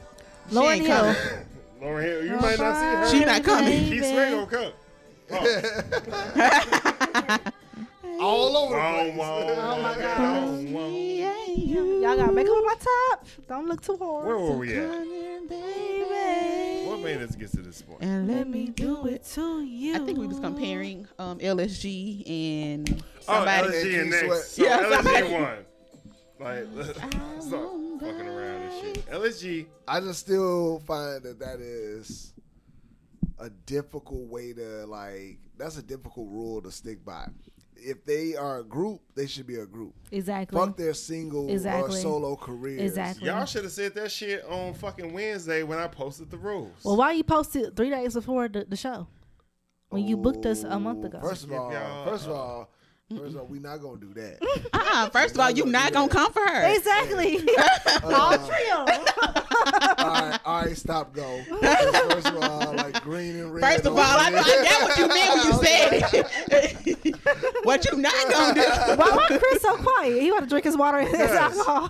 Speaker 2: Lauren
Speaker 7: ain't
Speaker 2: Hill.
Speaker 7: coming.
Speaker 3: Lauren Hill, you might not see her.
Speaker 7: She not coming.
Speaker 3: Keith Sweat gonna come. Oh,
Speaker 1: All over the
Speaker 3: wrong,
Speaker 1: place.
Speaker 3: wrong,
Speaker 1: Oh, my
Speaker 3: wrong,
Speaker 1: God.
Speaker 3: wrong, wrong.
Speaker 2: Y'all gotta make up on my top. Don't look too
Speaker 3: Where
Speaker 2: hard.
Speaker 3: were we at?
Speaker 2: Baby.
Speaker 3: What made us get to this point?
Speaker 7: And
Speaker 2: Let me do it to you.
Speaker 7: I think we was comparing um, LSG and
Speaker 3: Oh,
Speaker 7: somebody.
Speaker 1: Keith
Speaker 3: LSG and
Speaker 1: Sweat.
Speaker 3: next. So
Speaker 7: Yeah,
Speaker 3: LSG
Speaker 7: somebody-
Speaker 3: won. Like, let's stop fucking around and shit. LSG.
Speaker 1: I just still find that that is a difficult way to like. That's a difficult rule to stick by. If they are a group, they should be a group.
Speaker 2: Exactly.
Speaker 1: Fuck their single or
Speaker 2: Exactly.
Speaker 1: solo careers.
Speaker 2: Exactly.
Speaker 3: Y'all should have said that shit on fucking Wednesday when I posted the rules.
Speaker 2: Well, why you posted three days before the, the show? When you booked us a month
Speaker 1: Ooh,
Speaker 2: ago.
Speaker 1: First of all,
Speaker 3: y'all- uh,
Speaker 1: first of all, first of all, we not gonna do that.
Speaker 7: Uh-uh. First of all, you not gonna come for her.
Speaker 2: Exactly.
Speaker 3: Uh,
Speaker 2: all trio.
Speaker 1: all, right, all right, stop, go. First of all, like green and red.
Speaker 7: First of all, I, I get what you meant when you said it. what you not gonna do?
Speaker 2: Why was Chris so quiet? He want to drink his water and his
Speaker 3: Yes.
Speaker 2: alcohol.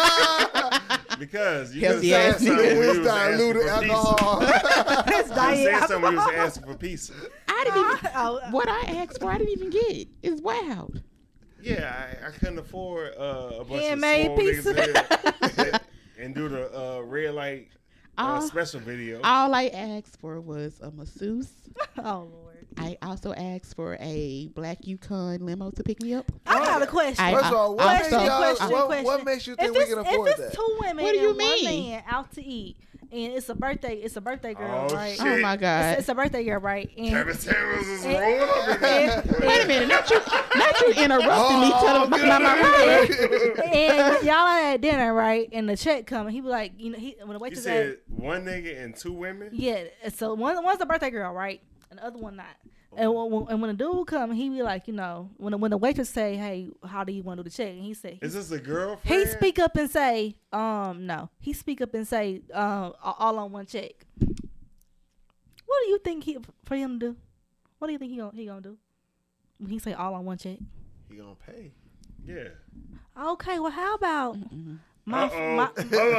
Speaker 3: because you
Speaker 7: Yes,
Speaker 3: just
Speaker 7: yes.
Speaker 3: said something when you
Speaker 1: It's
Speaker 3: was asking
Speaker 1: diluted
Speaker 3: for pizza.
Speaker 1: alcohol.
Speaker 2: Chris
Speaker 3: You
Speaker 2: diet.
Speaker 3: said something when you was asking for pizza.
Speaker 7: I didn't even.
Speaker 2: Oh,
Speaker 7: What I asked for, I didn't even get. It's wild.
Speaker 3: Yeah, I, I couldn't afford uh, a bunch
Speaker 2: Handmade
Speaker 3: of small
Speaker 2: pizza.
Speaker 3: niggas there and do the uh, red light uh,
Speaker 7: All-
Speaker 3: special video.
Speaker 7: All I asked for was a masseuse.
Speaker 2: oh Lord.
Speaker 7: I also asked for a black Yukon limo to pick me up.
Speaker 2: I got a question.
Speaker 7: I-
Speaker 1: First of all, what,
Speaker 7: I'm
Speaker 1: makes,
Speaker 7: so-
Speaker 1: y'all,
Speaker 2: question,
Speaker 1: what,
Speaker 2: question.
Speaker 1: what makes you think
Speaker 2: if
Speaker 1: we
Speaker 2: it's,
Speaker 1: can
Speaker 2: if
Speaker 1: afford
Speaker 2: it's
Speaker 1: that?
Speaker 2: two women
Speaker 7: What do you
Speaker 2: and
Speaker 7: mean?
Speaker 2: one man out to eat, and it's a birthday, it's a birthday girl,
Speaker 3: Oh,
Speaker 2: right?
Speaker 3: shit.
Speaker 7: Oh my god!
Speaker 2: It's, it's a birthday girl, right? And
Speaker 3: Travis Taylor's is rolling up in there.
Speaker 7: Wait a minute! Not you! Not you interrupting me telling my, my, my
Speaker 2: and y'all at dinner, right? And the check coming, he was like, you know, he when the
Speaker 3: You
Speaker 2: waitress
Speaker 3: said one nigga and two women?
Speaker 2: Yeah, so one one's a birthday girl, right? And the other one not. And when, and when the dude come, he be like, you know, when the, when the waitress say, "Hey, how do you want to do the check?" and he say,
Speaker 3: Is this a girlfriend?
Speaker 2: he speak up and say, um, no, he speak up and say, um, a- all on one check. What do you think he for him to do? What do you think he gonna he gonna do when he say all on one check?
Speaker 1: He gonna pay.
Speaker 3: Yeah.
Speaker 2: Okay, well, how about my
Speaker 3: Uh-oh.
Speaker 2: Um, my
Speaker 3: hold up. Hold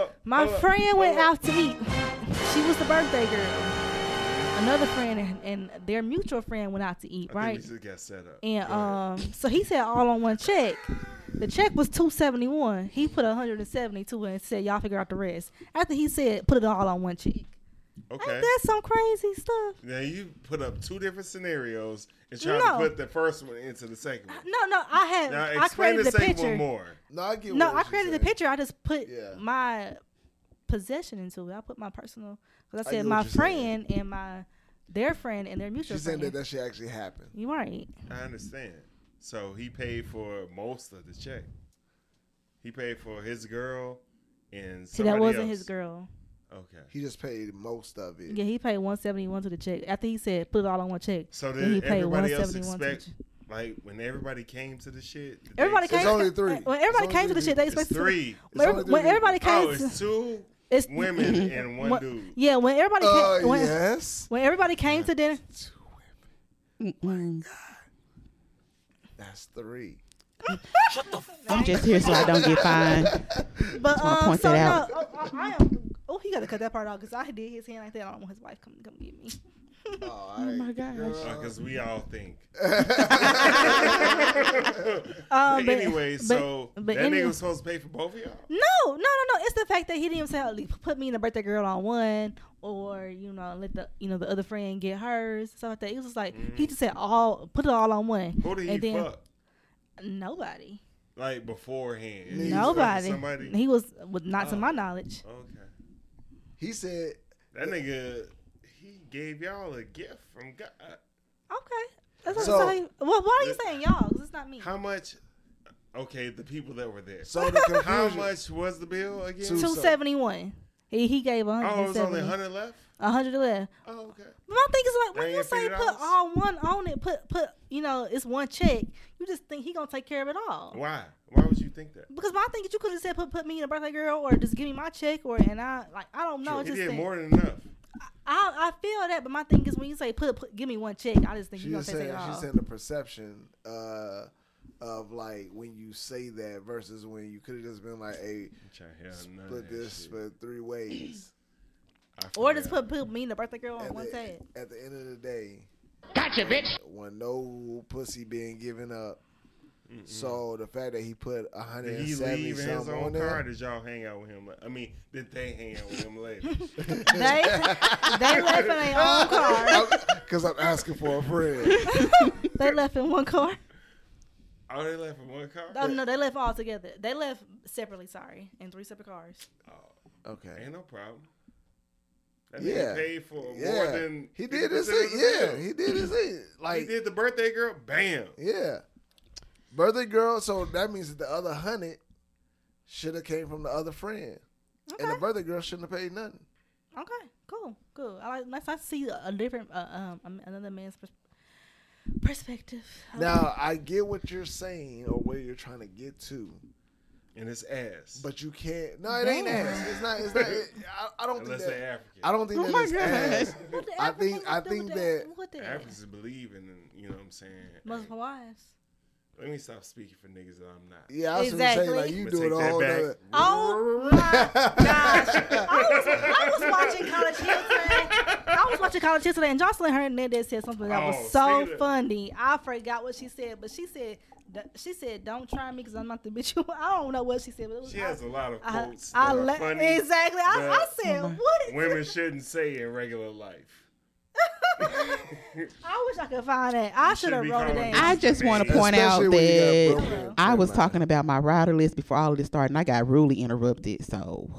Speaker 3: up.
Speaker 2: My
Speaker 3: hold up,
Speaker 2: friend went
Speaker 3: hold up.
Speaker 2: out to eat. She was the birthday girl. Another friend and, and their mutual friend went out to eat,
Speaker 3: I
Speaker 2: right?
Speaker 3: think we just got set up.
Speaker 2: And
Speaker 3: Go ahead.
Speaker 2: um, so he said all on one check. The check was two seventy one. He put one hundred and seventy two and said y'all figure out the rest. After he said put it all on one check.
Speaker 3: Okay.
Speaker 2: That's some crazy stuff.
Speaker 3: Now you put up two different scenarios and try to
Speaker 2: No.
Speaker 3: put the first one into the second one.
Speaker 2: No, no, I had
Speaker 3: Now
Speaker 2: I
Speaker 3: explain
Speaker 2: created
Speaker 3: the
Speaker 2: the
Speaker 3: second
Speaker 2: picture.
Speaker 3: one more.
Speaker 1: No, I get
Speaker 2: No,
Speaker 1: what
Speaker 2: I
Speaker 1: you
Speaker 2: created the
Speaker 1: said.
Speaker 2: picture. I just put
Speaker 1: Yeah.
Speaker 2: my possession into it. I put my personal.
Speaker 1: I
Speaker 2: Cause I
Speaker 1: get
Speaker 2: said
Speaker 1: what
Speaker 2: my
Speaker 1: you're saying.
Speaker 2: friend and my their friend and their mutual
Speaker 1: She's saying
Speaker 2: friend.
Speaker 1: that that shit actually happened.
Speaker 2: you right.
Speaker 3: I understand. So he paid for most of the check. He paid for his girl and
Speaker 2: See, that
Speaker 3: somebody
Speaker 2: wasn't his
Speaker 3: else.
Speaker 2: girl.
Speaker 3: Okay.
Speaker 1: He just paid most of it.
Speaker 2: Yeah, he paid one seventy one to the check. After he said put it all on one check.
Speaker 3: So
Speaker 2: then he
Speaker 3: did
Speaker 2: paid one
Speaker 3: everybody else
Speaker 2: seventy one to the
Speaker 3: expect
Speaker 2: check.
Speaker 3: like when everybody came to the shit? did they
Speaker 2: Everybody
Speaker 3: expect-
Speaker 2: came.
Speaker 1: It's only three.
Speaker 2: When everybody
Speaker 1: It's
Speaker 2: came
Speaker 1: only
Speaker 2: to the shit, they
Speaker 3: It's
Speaker 2: expected
Speaker 3: three.
Speaker 1: It's
Speaker 2: When,
Speaker 1: only
Speaker 2: when
Speaker 1: three
Speaker 2: everybody came,
Speaker 3: Oh,
Speaker 2: to,
Speaker 3: it's two
Speaker 2: it's-
Speaker 3: women and one
Speaker 2: when-
Speaker 3: dude.
Speaker 2: Yeah, when everybody
Speaker 1: Uh,
Speaker 2: came, when,
Speaker 1: yes.
Speaker 2: when everybody came to dinner,
Speaker 7: Mm-mm.
Speaker 1: That's three.
Speaker 7: I'm just here so I don't get fined.
Speaker 2: but
Speaker 7: wanna
Speaker 2: um,
Speaker 7: point
Speaker 2: so
Speaker 7: that
Speaker 2: no, I, I, I am. Oh, he got to cut that part out because I did his hand like that. I don't want his wife come come get me.
Speaker 1: Oh, my gosh.
Speaker 3: Because we all think.
Speaker 2: Um,
Speaker 3: But anyway, so
Speaker 2: but
Speaker 3: that
Speaker 2: any-
Speaker 3: nigga was supposed to pay for both of y'all.
Speaker 2: No, no, no, no. It's the fact that he didn't even say like, put me and the birthday girl on one, or you know, let the you know the other friend get hers, stuff like that. He was just like he just said all put it all on one.
Speaker 3: Who did he
Speaker 2: and then
Speaker 3: fuck?
Speaker 2: nobody,
Speaker 3: Like beforehand. He was fucking
Speaker 2: nobody.
Speaker 3: Somebody.
Speaker 2: He was with not to
Speaker 3: Oh.
Speaker 2: my knowledge.
Speaker 3: okay.
Speaker 1: He said,
Speaker 3: That nigga, he gave y'all a gift from God.
Speaker 2: Okay, that's what
Speaker 1: So-
Speaker 2: I'm saying. Well, why are you
Speaker 3: The-
Speaker 2: saying y'all? 'Cause it's not me.
Speaker 3: How much? Okay, the people that were there.
Speaker 1: so the confusion.
Speaker 3: How much was the bill again?
Speaker 1: Two-
Speaker 2: Two seventy one. He he gave one
Speaker 3: Oh, it
Speaker 2: hundred
Speaker 3: was only
Speaker 2: seventy.
Speaker 3: 100 left?
Speaker 2: A hundred left.
Speaker 3: Oh, okay.
Speaker 2: But my thing is like
Speaker 3: They
Speaker 2: when you
Speaker 3: ain't
Speaker 2: say
Speaker 3: figured
Speaker 2: put
Speaker 3: out?
Speaker 2: all one on it, put put you know it's one check. You just think he gonna take care of it all.
Speaker 3: Why? Why would you think that?
Speaker 2: Because my thing is you could have said put put me in a birthday girl or just give me my check or and I like I don't know.
Speaker 3: Sure,
Speaker 2: it's
Speaker 3: he
Speaker 2: Just
Speaker 3: did
Speaker 2: that-
Speaker 3: more than enough.
Speaker 2: I I feel that, but my thing is when you say put, put give me one check, I just think
Speaker 1: She
Speaker 2: you gonna
Speaker 1: was
Speaker 2: take
Speaker 1: saying,
Speaker 2: it all.
Speaker 1: she's saying the perception uh, of like when you say that versus when you could have just been like, hey, split this split three ways.
Speaker 2: or just put, put me in a birthday girl on
Speaker 1: at,
Speaker 2: one
Speaker 1: the,
Speaker 2: check.
Speaker 1: at the end of the day, gotcha, bitch. When no pussy being given up, so the fact that he put a hundred
Speaker 3: Did
Speaker 1: and
Speaker 3: he
Speaker 1: seventy
Speaker 3: leave in his
Speaker 1: something on
Speaker 3: own car? Or
Speaker 1: there,
Speaker 3: did y'all hang out with him? la- I mean, did they hang out with him later?
Speaker 2: They they left in their own car.
Speaker 1: because I'm asking for a friend.
Speaker 2: They left in one car.
Speaker 3: oh, they left in one car.
Speaker 2: Oh no, they left all together. They left separately. Sorry, in three separate cars.
Speaker 1: okay.
Speaker 3: Oh, Ain't no problem. That
Speaker 1: Yeah.
Speaker 3: nigga paid for more
Speaker 1: Yeah,
Speaker 3: than
Speaker 1: he did his
Speaker 3: 50%
Speaker 1: thing.
Speaker 3: of the
Speaker 1: Yeah,
Speaker 3: bill.
Speaker 1: he did his thing.
Speaker 3: He
Speaker 1: Like,
Speaker 3: did the birthday girl. Bam.
Speaker 1: yeah, birthday girl. So that means that the other hundred should have came from the other friend, and the
Speaker 2: Okay.
Speaker 1: birthday girl shouldn't have paid nothing.
Speaker 2: Okay, cool, cool. I like nice. I see a, a different, uh, um, um, another man's pers- perspective. I like-
Speaker 1: Now I get what you're saying or where you're trying to get to.
Speaker 3: And his ass.
Speaker 1: But you can't. No, it ain't
Speaker 2: Damn.
Speaker 1: ass. It's not. It's not. It, I, I don't
Speaker 3: unless
Speaker 1: think
Speaker 3: they
Speaker 1: that.
Speaker 3: African.
Speaker 1: I don't think
Speaker 7: Oh
Speaker 1: that
Speaker 7: my
Speaker 1: it's
Speaker 7: God.
Speaker 1: ass.
Speaker 2: What the
Speaker 1: I
Speaker 2: African
Speaker 1: think-
Speaker 2: would
Speaker 1: I
Speaker 2: do
Speaker 1: think
Speaker 2: with
Speaker 1: that
Speaker 2: what the
Speaker 3: Africans believe in, you know what I'm saying?
Speaker 2: Muslim wives.
Speaker 3: Let me stop speaking for niggas that I'm not.
Speaker 1: Yeah, I was
Speaker 2: Exactly.
Speaker 1: gonna say like you
Speaker 3: I'ma
Speaker 1: do
Speaker 3: take
Speaker 1: it
Speaker 3: that
Speaker 1: all.
Speaker 3: back.
Speaker 1: Nother,
Speaker 2: Oh my gosh! I was, I was watching College Hill today. I was watching College Hill today, and Jocelyn Hernandez said something that
Speaker 3: Oh,
Speaker 2: was
Speaker 3: see
Speaker 2: so
Speaker 3: that?
Speaker 2: funny. I forgot what she said, but she said. th- She said, "Don't try me because I'm not the bitch." you want." I don't know what she said, but it was.
Speaker 3: She has a lot of
Speaker 2: I,
Speaker 3: quotes
Speaker 2: Uh, I,
Speaker 3: that are
Speaker 2: la-
Speaker 3: funny
Speaker 2: exactly. I,
Speaker 3: that
Speaker 2: I said, "What?" Is
Speaker 3: women shouldn't say in regular life.
Speaker 2: I wish I could find that. I should have
Speaker 3: be
Speaker 2: wrote it
Speaker 3: calling
Speaker 2: down.
Speaker 3: us
Speaker 7: I just want to point out
Speaker 1: especially when you got
Speaker 7: that
Speaker 1: broken.
Speaker 7: I was
Speaker 1: Never mind.
Speaker 7: talking about my rider list before all of this started, and I got rudely interrupted. So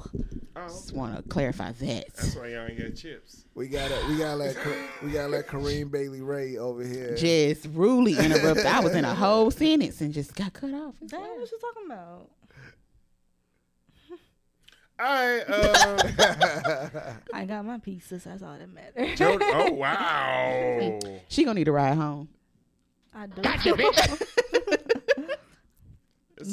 Speaker 3: Oh,
Speaker 7: just want to clarify
Speaker 3: that's
Speaker 7: that.
Speaker 3: why y'all ain't got chips.
Speaker 1: We gotta. We gotta let. Ka- We gotta let Kareem Bailey Ray over here.
Speaker 7: Just rudely interrupted. I was in a whole sentence and just got cut off. It's
Speaker 2: Damn,
Speaker 7: wild.
Speaker 2: what you talking about?
Speaker 3: All right. Um,
Speaker 2: I got my pieces. That's all that matters.
Speaker 3: Jody- oh wow.
Speaker 7: She gonna need a ride home.
Speaker 2: I do.
Speaker 3: Let's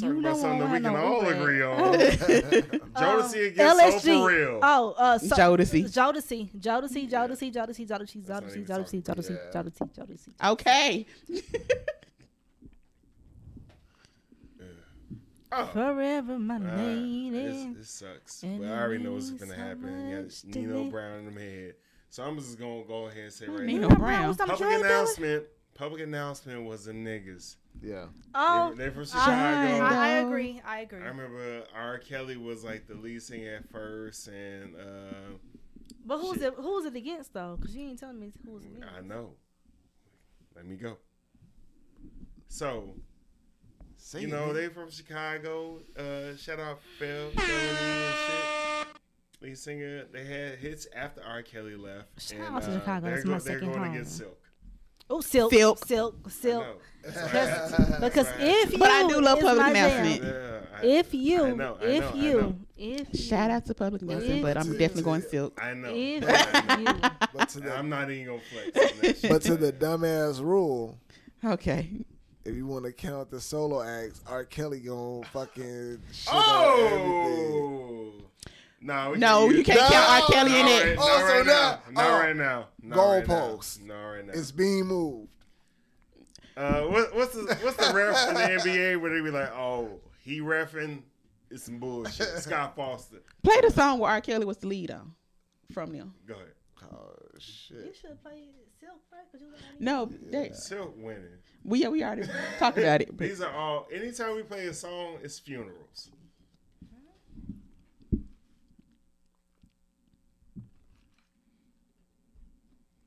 Speaker 2: You
Speaker 3: talk
Speaker 2: don't
Speaker 3: about something that we
Speaker 2: wanna
Speaker 3: can
Speaker 2: know
Speaker 3: all
Speaker 2: what.
Speaker 3: agree on.
Speaker 2: Um,
Speaker 3: Jodeci against LSG.
Speaker 2: LSG.
Speaker 3: So for real.
Speaker 2: Oh, uh, so,
Speaker 7: Jodeci.
Speaker 2: Jodeci. Jodeci. Jodeci. Jodeci. Jodeci.
Speaker 3: not
Speaker 2: Jodeci.
Speaker 3: even
Speaker 2: Jodeci. Jodeci.
Speaker 3: talking.
Speaker 2: Jodeci. Jodeci. Jodeci.
Speaker 7: Okay.
Speaker 3: Oh,
Speaker 2: Forever my
Speaker 3: all right.
Speaker 2: lady.
Speaker 3: It's- it sucks,
Speaker 2: And
Speaker 3: but I
Speaker 2: it
Speaker 3: already know what's
Speaker 2: means
Speaker 3: gonna
Speaker 2: so
Speaker 3: happen. You
Speaker 2: much
Speaker 3: got
Speaker 2: to
Speaker 3: Nino
Speaker 2: me.
Speaker 3: Brown in the head. So I'm just gonna go ahead and say right
Speaker 7: Nino
Speaker 3: now.
Speaker 2: Brown
Speaker 7: Brown.
Speaker 2: was on the
Speaker 3: Public
Speaker 2: drug dealer?
Speaker 3: announcement. Public announcement was the niggas.
Speaker 1: Yeah.
Speaker 2: Oh,
Speaker 3: they, they from
Speaker 2: I,
Speaker 3: Chicago.
Speaker 2: I, I agree. I agree.
Speaker 3: I remember R. Kelly was like the lead singer at first, and uh,
Speaker 2: But who's it? Who's it against though? Because you ain't telling me who's it against.
Speaker 3: I know. Let me go. So, you know, they from Chicago. Uh, shout out Phil, Phil and shit. Lead singer. They had hits after R. Kelly left. uh,
Speaker 2: Shout out to Chicago.
Speaker 3: They're,
Speaker 2: That's my
Speaker 3: go- they're
Speaker 2: second
Speaker 3: going
Speaker 2: home.
Speaker 3: against Silk.
Speaker 2: Oh, silk, silk,
Speaker 7: Silk.
Speaker 2: silk,
Speaker 3: I know.
Speaker 2: Because,
Speaker 3: Sorry.
Speaker 2: because
Speaker 3: Sorry.
Speaker 2: if you,
Speaker 7: But I do love
Speaker 2: is
Speaker 7: public
Speaker 2: my jam.
Speaker 7: announcement.
Speaker 3: Yeah, I-
Speaker 2: If you,
Speaker 3: I know, I
Speaker 2: if
Speaker 3: know, I know.
Speaker 2: you, if you,
Speaker 7: Shout out to Public Nelson, but I'm
Speaker 1: Yeah.
Speaker 7: definitely going silk.
Speaker 3: I know.
Speaker 2: if you,
Speaker 1: But to
Speaker 3: And
Speaker 1: the,
Speaker 3: I'm not even gonna flex. on that shit.
Speaker 1: but to the dumbass rule,
Speaker 7: Okay.
Speaker 1: if you want to count the solo acts, R. Kelly gonna fucking shit oh!
Speaker 3: oh. No, we
Speaker 7: No,
Speaker 3: use-
Speaker 7: you can't count R. Kelly in
Speaker 3: Not right-
Speaker 7: it.
Speaker 1: Oh,
Speaker 3: not
Speaker 1: so
Speaker 3: right
Speaker 1: now-
Speaker 3: now. Not
Speaker 1: oh.
Speaker 3: right now. Not right now.
Speaker 1: Goalpost.
Speaker 3: Not right now.
Speaker 1: It's being moved.
Speaker 3: Uh, what, what's the what's the ref in the NBA where they be like, oh, he refing is some bullshit. Scott Foster.
Speaker 7: Play the song where R. Kelly was the lead on from them.
Speaker 3: Go ahead.
Speaker 1: Oh
Speaker 2: you
Speaker 1: shit!
Speaker 2: should play silk first because you look like me.
Speaker 7: No, that,
Speaker 3: Silk winning.
Speaker 7: we yeah, we already talked about it. but-
Speaker 3: These are all. Anytime we play a song, it's funerals.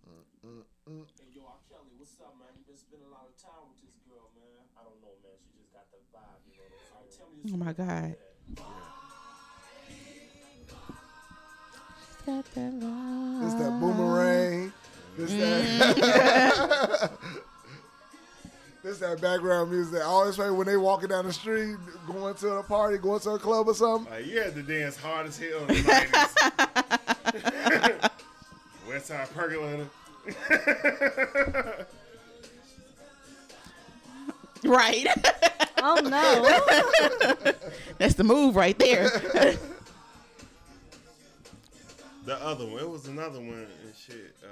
Speaker 8: Hey, yo, R. Kelly, what's up, man? You been spending a lot of time with this girl, man. I don't know, man. She just got the vibe, you know. What I'm saying? Tell me this
Speaker 7: Oh my God.
Speaker 1: It's
Speaker 7: Ah.
Speaker 1: that boomerang. This that.
Speaker 7: Mm.
Speaker 1: this that background music. I always play when they walking down the street, going to a party, going to a club or something.
Speaker 3: Like you had to dance hard as hell in the 90s. West Side Percolator.
Speaker 7: Right.
Speaker 2: Oh no!
Speaker 7: That's the move right there.
Speaker 3: The other one. It was another one and shit. Uh,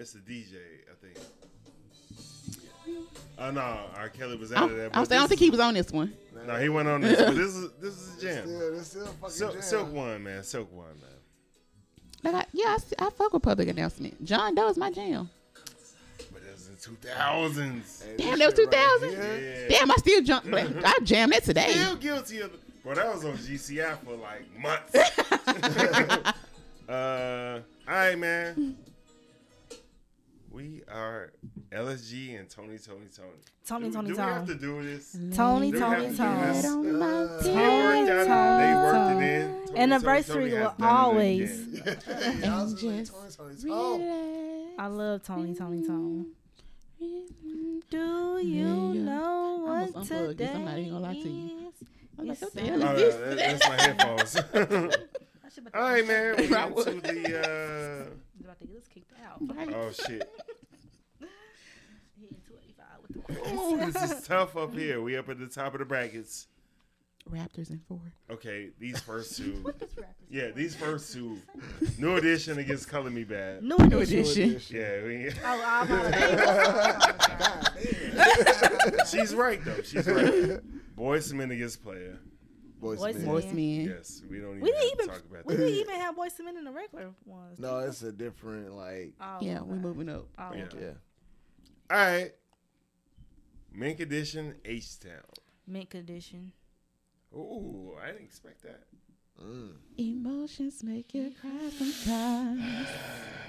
Speaker 3: Mr. DJ, I think. Oh no, R. Kelly was out
Speaker 7: I'm-
Speaker 3: of that.
Speaker 7: I, was, I don't think he was on this one.
Speaker 3: No, he went on this. But this is this is a
Speaker 1: Yeah,
Speaker 3: jam.
Speaker 1: this still fucking
Speaker 3: Silk,
Speaker 1: jam.
Speaker 3: Silk one, man. Silk one, man.
Speaker 7: Like, I, yeah, I, s- I fuck with public announcement. John Doe is my jam.
Speaker 3: But it was in two thousands.
Speaker 1: Hey,
Speaker 7: Damn,
Speaker 1: this
Speaker 7: that was
Speaker 1: shit right
Speaker 7: 2000?
Speaker 1: here.
Speaker 3: Yeah.
Speaker 7: Damn, I still jump. like, I jam that today.
Speaker 3: Still guilty of. Bro, that was on GCI for like months. uh, all right, man. We are LSG and Tony, Tony, Tony.
Speaker 2: Tony,
Speaker 3: do,
Speaker 2: Tony,
Speaker 3: do we have to
Speaker 2: Tony,
Speaker 3: do this?
Speaker 2: Tony,
Speaker 3: Do we have
Speaker 2: Tony,
Speaker 3: to do
Speaker 2: Tony.
Speaker 3: this?
Speaker 7: on my
Speaker 1: Tony,
Speaker 3: They worked out and they worked
Speaker 2: Tony.
Speaker 3: it in. Tony, Tony,
Speaker 2: Anniversary
Speaker 3: Tony has
Speaker 2: will
Speaker 3: done it
Speaker 2: always-
Speaker 3: again.
Speaker 1: Hey, I was just like, Tony,
Speaker 7: just
Speaker 1: Tony's home.
Speaker 2: I love Tony, Tony, Tony. Do you
Speaker 7: Yeah.
Speaker 2: know
Speaker 7: I almost
Speaker 2: what
Speaker 7: unplugged this.
Speaker 2: today
Speaker 7: I'm not even gonna lie to you.
Speaker 2: is?
Speaker 7: I'm like, what the
Speaker 2: Yes,
Speaker 7: hell
Speaker 2: I-
Speaker 3: Oh,
Speaker 7: is this?
Speaker 3: that- that's my headphones.
Speaker 2: I should be-
Speaker 3: All right, man. We
Speaker 7: I
Speaker 3: get
Speaker 7: would.
Speaker 3: to the. Uh,
Speaker 2: I'm about to get this kicked out.
Speaker 7: Right.
Speaker 3: Oh shit.
Speaker 2: Hitting 285 with the-
Speaker 3: Ooh, this is tough up here. We up at the top of the brackets. Oh.
Speaker 7: Raptors in four.
Speaker 3: Okay, these first two. Yeah, these first two. New edition against Color Me Bad.
Speaker 2: New
Speaker 7: New
Speaker 2: edition.
Speaker 7: edition.
Speaker 3: Yeah, we,
Speaker 2: Oh, I apologize.
Speaker 3: she's right though. She's right. Boys Men against Player.
Speaker 2: Boyz
Speaker 1: Boys
Speaker 2: II
Speaker 1: Men.
Speaker 2: Men.
Speaker 7: Voice man.
Speaker 3: Yes, we don't even,
Speaker 2: We didn't
Speaker 3: have to
Speaker 2: even
Speaker 3: talk about
Speaker 2: we
Speaker 3: that.
Speaker 2: didn't even have Boys Men in the regular ones.
Speaker 1: No, it's a different like.
Speaker 2: Oh,
Speaker 7: Yeah, we
Speaker 2: okay.
Speaker 7: moving up.
Speaker 2: Oh,
Speaker 3: Yeah.
Speaker 2: okay.
Speaker 1: Yeah.
Speaker 3: All right. Mink edition H Town.
Speaker 2: Mint condition.
Speaker 3: Ooh, I didn't expect that.
Speaker 1: Mm.
Speaker 7: Emotions make you cry sometimes.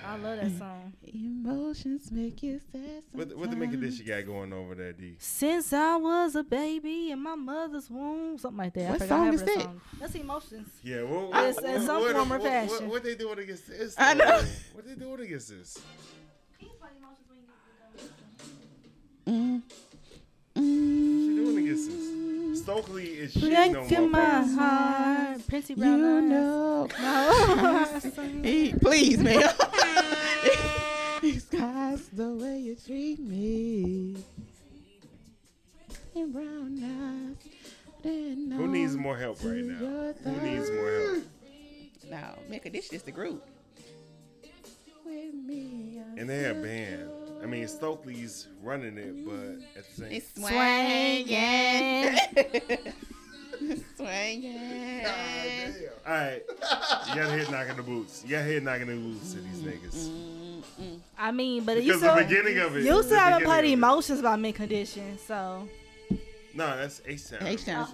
Speaker 2: I love that song.
Speaker 7: Emotions make you sad sometimes.
Speaker 3: What the, what the Mink edition got going over there, D?
Speaker 2: Since I was a baby in my mother's womb, something like that. I
Speaker 7: What
Speaker 2: forgot
Speaker 7: song
Speaker 2: half
Speaker 7: is
Speaker 2: of the
Speaker 7: that?
Speaker 2: Song. That's emotions.
Speaker 3: Yeah, what, what,
Speaker 2: It's- in some
Speaker 3: what,
Speaker 2: form or
Speaker 3: what, what-
Speaker 2: fashion.
Speaker 3: What, they doing against this?
Speaker 7: I know.
Speaker 3: though? What they doing against this?
Speaker 7: Mm.
Speaker 3: What you doing
Speaker 7: Mm.
Speaker 3: against this? Stokely is shit no
Speaker 2: Break
Speaker 3: more.
Speaker 2: in my
Speaker 3: folks.
Speaker 2: heart, Princey Brown
Speaker 7: You
Speaker 2: eyes.
Speaker 7: know.
Speaker 2: No.
Speaker 7: Hey, please, man. Skies the way you treat me. And brown eyes. then
Speaker 3: Who needs
Speaker 7: on
Speaker 3: more help
Speaker 7: to
Speaker 3: right now?
Speaker 7: your
Speaker 3: Who needs
Speaker 7: thighs.
Speaker 3: more help?
Speaker 7: No, make a dish is the group. With me,
Speaker 3: And they're a band. I mean, Stokely's running it, but at the same
Speaker 7: it's swangin'. swangin'.
Speaker 3: all right, you gotta hit knocking the boots. You gotta hit knocking the boots to these niggas.
Speaker 2: I mean, but you
Speaker 3: Because the
Speaker 2: still
Speaker 3: beginning of it.
Speaker 2: you
Speaker 3: the
Speaker 2: still haven't
Speaker 3: beginning
Speaker 2: played
Speaker 3: of it-
Speaker 2: emotions by mint condition, so
Speaker 3: No, that's H Town.
Speaker 7: H Town.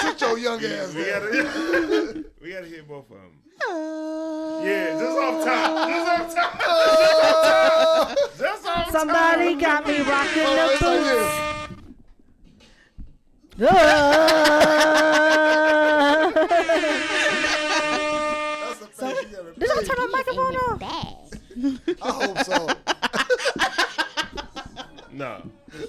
Speaker 1: Sit your young ass
Speaker 3: We
Speaker 1: down.
Speaker 3: gotta, we gotta hear both of them. Yeah, just off top. Just off top. Just off top.
Speaker 2: Somebody got me rocking
Speaker 1: Oh,
Speaker 2: the boots.
Speaker 1: So,
Speaker 2: Did I turn my microphone on?
Speaker 1: I hope so.
Speaker 3: No,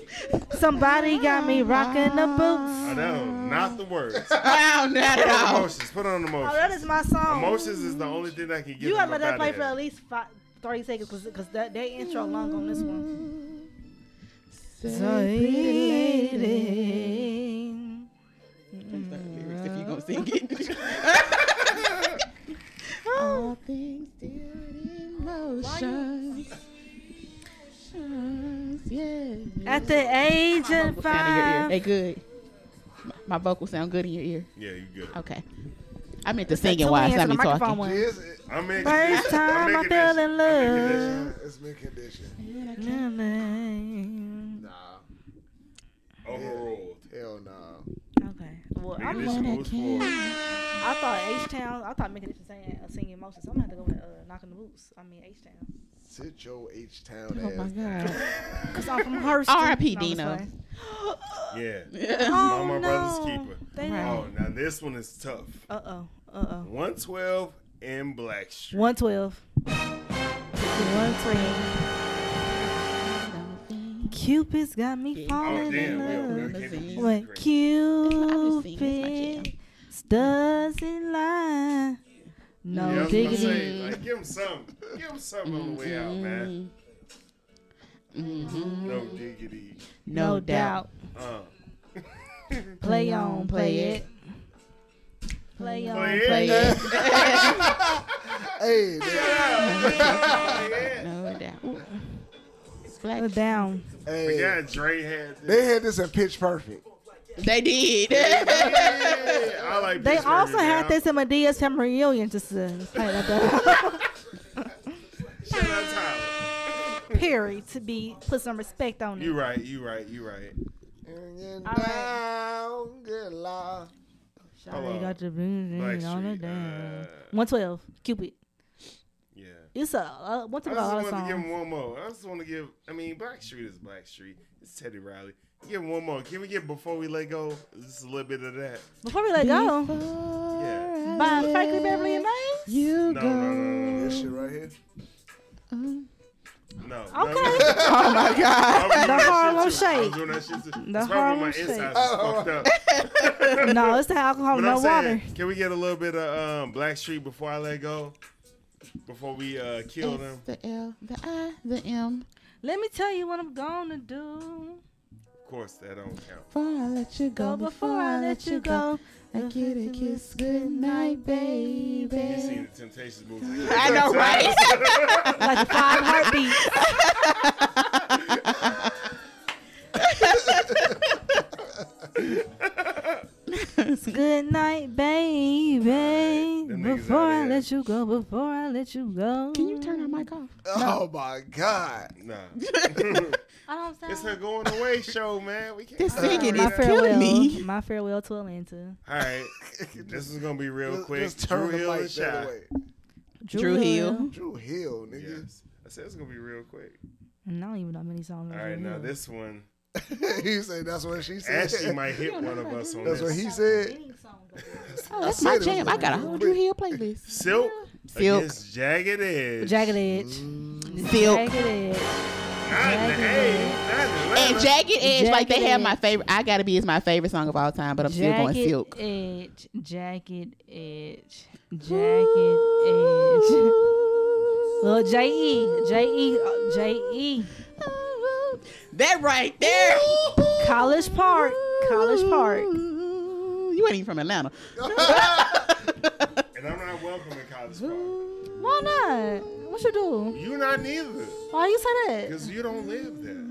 Speaker 2: Somebody got me rocking the boots.
Speaker 3: I don't. Not the words.
Speaker 7: Wow, not at
Speaker 3: Put on
Speaker 7: all.
Speaker 3: emotions. Put on
Speaker 2: Oh,
Speaker 3: emotions.
Speaker 2: that is my song.
Speaker 3: Emotions is the only thing that can get
Speaker 2: You
Speaker 3: them
Speaker 2: gotta let that
Speaker 3: up out
Speaker 2: play
Speaker 3: of
Speaker 2: for at
Speaker 3: here.
Speaker 2: least five, 30 seconds because that, that intro long on this one.
Speaker 7: Say pretty lady.
Speaker 2: lady.
Speaker 7: Please learn the lyrics if you gonna sing it. All things still in motion. Yeah.
Speaker 2: At the age
Speaker 7: My
Speaker 2: of
Speaker 7: vocals sound in your ear.
Speaker 2: five.
Speaker 7: They good. My- My vocals sound good in your ear.
Speaker 3: Yeah, you good.
Speaker 7: Okay. I meant the
Speaker 2: Two
Speaker 7: singing wise,
Speaker 2: hands
Speaker 7: not
Speaker 2: and
Speaker 7: me
Speaker 2: the microphone
Speaker 7: talking.
Speaker 2: went.
Speaker 1: Yes, it-
Speaker 3: I'm in
Speaker 2: First
Speaker 3: condition.
Speaker 2: time I
Speaker 3: I'm in
Speaker 2: fell in
Speaker 3: condition. I'm in condition.
Speaker 2: love.
Speaker 1: it's been conditioned.
Speaker 2: Okay.
Speaker 1: Nah,
Speaker 3: Overruled.
Speaker 1: hell nah.
Speaker 2: Well,
Speaker 3: Make
Speaker 2: I'm,
Speaker 3: this rules for
Speaker 2: I thought H Town. I thought making it singing, uh, singing emotions. I'm gonna have to go with uh, knocking the boots. I mean H Town.
Speaker 1: Sit your H town
Speaker 7: Oh my
Speaker 1: ass.
Speaker 7: god.
Speaker 2: Cause I'm from Hurston.
Speaker 7: R.I.P.
Speaker 2: No, I'm just
Speaker 7: Dino.
Speaker 2: playing.
Speaker 3: Yeah.
Speaker 7: Yeah.
Speaker 2: Oh,
Speaker 3: Mama
Speaker 2: no.
Speaker 3: Brothers Keeper.
Speaker 2: They
Speaker 7: Right.
Speaker 3: Oh, now this one is tough.
Speaker 2: Uh oh. Uh oh.
Speaker 3: 112 and Black Street.
Speaker 2: One twelve. One twelve. Cupid's got me
Speaker 7: Yeah.
Speaker 3: Oh,
Speaker 2: falling
Speaker 3: damn.
Speaker 2: in
Speaker 3: We,
Speaker 2: love.
Speaker 3: we can't be
Speaker 7: Love.
Speaker 2: When
Speaker 3: crazy.
Speaker 7: It's my jam.
Speaker 2: Cupid doesn't lie, no
Speaker 3: Yeah, I was gonna say,
Speaker 2: diggity.
Speaker 3: like, give him some. Give him something on the way out,
Speaker 2: Mm-hmm.
Speaker 3: man.
Speaker 7: Mhm.
Speaker 3: No diggity.
Speaker 7: No, doubt.
Speaker 3: Uh,
Speaker 2: Play on, play it. Play on, play it.
Speaker 7: it.
Speaker 1: Hey, man.
Speaker 7: No doubt. Ooh. Black-
Speaker 2: Go down.
Speaker 1: hey.
Speaker 3: yeah, Dre had this.
Speaker 1: They had this in Pitch Perfect.
Speaker 7: They did.
Speaker 3: Yeah, I like
Speaker 2: They
Speaker 3: Pittsburgh,
Speaker 2: also had
Speaker 3: man.
Speaker 2: this in Medea's family reunion. Just to play that down.
Speaker 3: Shout out Tyler.
Speaker 2: Perry to be put some respect on
Speaker 3: You
Speaker 2: it.
Speaker 3: right, you right, you right.
Speaker 1: And you
Speaker 2: All right.
Speaker 1: down, good lord.
Speaker 2: Shawty got your bling
Speaker 3: Black
Speaker 2: bling on the
Speaker 3: Street.
Speaker 2: down.
Speaker 3: Uh,
Speaker 2: One twelve. Cupid.
Speaker 3: yeah.
Speaker 2: It's a uh, one twelve.
Speaker 3: I just
Speaker 2: all
Speaker 3: wanted to give him
Speaker 2: songs.
Speaker 3: one more. I just want to give. I mean, Black Street is Black Street. It's Teddy Riley. Give him one more. Can we get before we let go? Just a little bit of that.
Speaker 2: Before we let go,
Speaker 3: Yeah.
Speaker 2: by Frankie Beverly and Mays.
Speaker 7: You
Speaker 3: No, no, no, no, no.
Speaker 1: This shit right here.
Speaker 3: no. Okay.
Speaker 2: Okay.
Speaker 7: Oh my god.
Speaker 3: The
Speaker 2: Harlem Shake.
Speaker 3: I'm doing that shit too.
Speaker 2: The
Speaker 3: That's probably why
Speaker 2: Harlem
Speaker 3: my
Speaker 2: Shake.
Speaker 3: insides is fucked up.
Speaker 2: no, it's the alcohol
Speaker 3: But
Speaker 2: and no
Speaker 3: I'm saying,
Speaker 2: water.
Speaker 3: can we get a little bit of um, Black Street before I let go? Before we uh, kill them?
Speaker 7: It's the L, the I, the M.
Speaker 2: Let me tell you what I'm gonna do.
Speaker 3: Of course, that don't count.
Speaker 7: Before I let you
Speaker 2: Go
Speaker 7: go,
Speaker 2: before I let you go.
Speaker 7: I get a kiss, good night,
Speaker 3: You
Speaker 7: baby.
Speaker 3: seen the Temptations movie.
Speaker 7: I know, right?
Speaker 2: Like the five heartbeats. It's good night, baby.
Speaker 3: Them niggas
Speaker 2: Before
Speaker 3: outta
Speaker 2: I
Speaker 3: here.
Speaker 2: let you go, before I let you go.
Speaker 7: Can you turn our mic off?
Speaker 1: Oh my God.
Speaker 3: Nah.
Speaker 2: I don't sound
Speaker 3: It's her going away show, man. We can't.
Speaker 7: This
Speaker 3: All right.
Speaker 7: singing
Speaker 2: my
Speaker 7: is killing
Speaker 2: farewell.
Speaker 7: me.
Speaker 2: My farewell to Atlanta.
Speaker 3: All right. This is going to be real
Speaker 1: Just-
Speaker 3: quick.
Speaker 1: just turn
Speaker 3: Drew
Speaker 1: the
Speaker 3: Hill
Speaker 1: mic
Speaker 3: and
Speaker 1: the other
Speaker 3: Shy.
Speaker 1: way.
Speaker 7: Drew Hill.
Speaker 1: Drew Hill, nigga.
Speaker 3: Yes. I said it's going to be real quick.
Speaker 2: And I don't even know many songs.
Speaker 3: All
Speaker 2: of
Speaker 3: right.
Speaker 2: Drew
Speaker 3: Now,
Speaker 2: Hill.
Speaker 3: this one,
Speaker 1: he said that's what she said.
Speaker 3: Ashley might hit one of us on
Speaker 1: That's what
Speaker 3: this.
Speaker 1: he said.
Speaker 2: Any song of
Speaker 7: Oh, that's
Speaker 1: said
Speaker 7: my
Speaker 1: it was
Speaker 7: jam. I
Speaker 1: gonna
Speaker 7: got a
Speaker 1: be
Speaker 7: whole
Speaker 1: real
Speaker 7: Drew
Speaker 1: quick.
Speaker 7: Hill playlist.
Speaker 3: Silk,
Speaker 7: Silk.
Speaker 3: against Jagged Edge.
Speaker 2: Drew. Jagged Edge.
Speaker 7: Mm. Silk.
Speaker 2: Jagged Edge.
Speaker 3: Not in the
Speaker 2: Jagged
Speaker 3: A, not in
Speaker 7: And
Speaker 3: the
Speaker 7: Jagged Edge, like they
Speaker 2: Jagged
Speaker 7: have my
Speaker 2: Edge.
Speaker 7: favorite. I Gotta Be is my favorite song of all time, but I'm still going
Speaker 2: Jagged
Speaker 7: Silk.
Speaker 2: Edge. Jagged Edge. Jagged Edge. Well, J E. J E. uh, J E.
Speaker 7: That right there.
Speaker 2: College Park. College Park.
Speaker 7: You ain't even from Atlanta.
Speaker 3: And I'm not welcome in College Park.
Speaker 2: Why not? What you do?
Speaker 3: You not neither.
Speaker 2: Why you say that?
Speaker 3: Because you don't live there.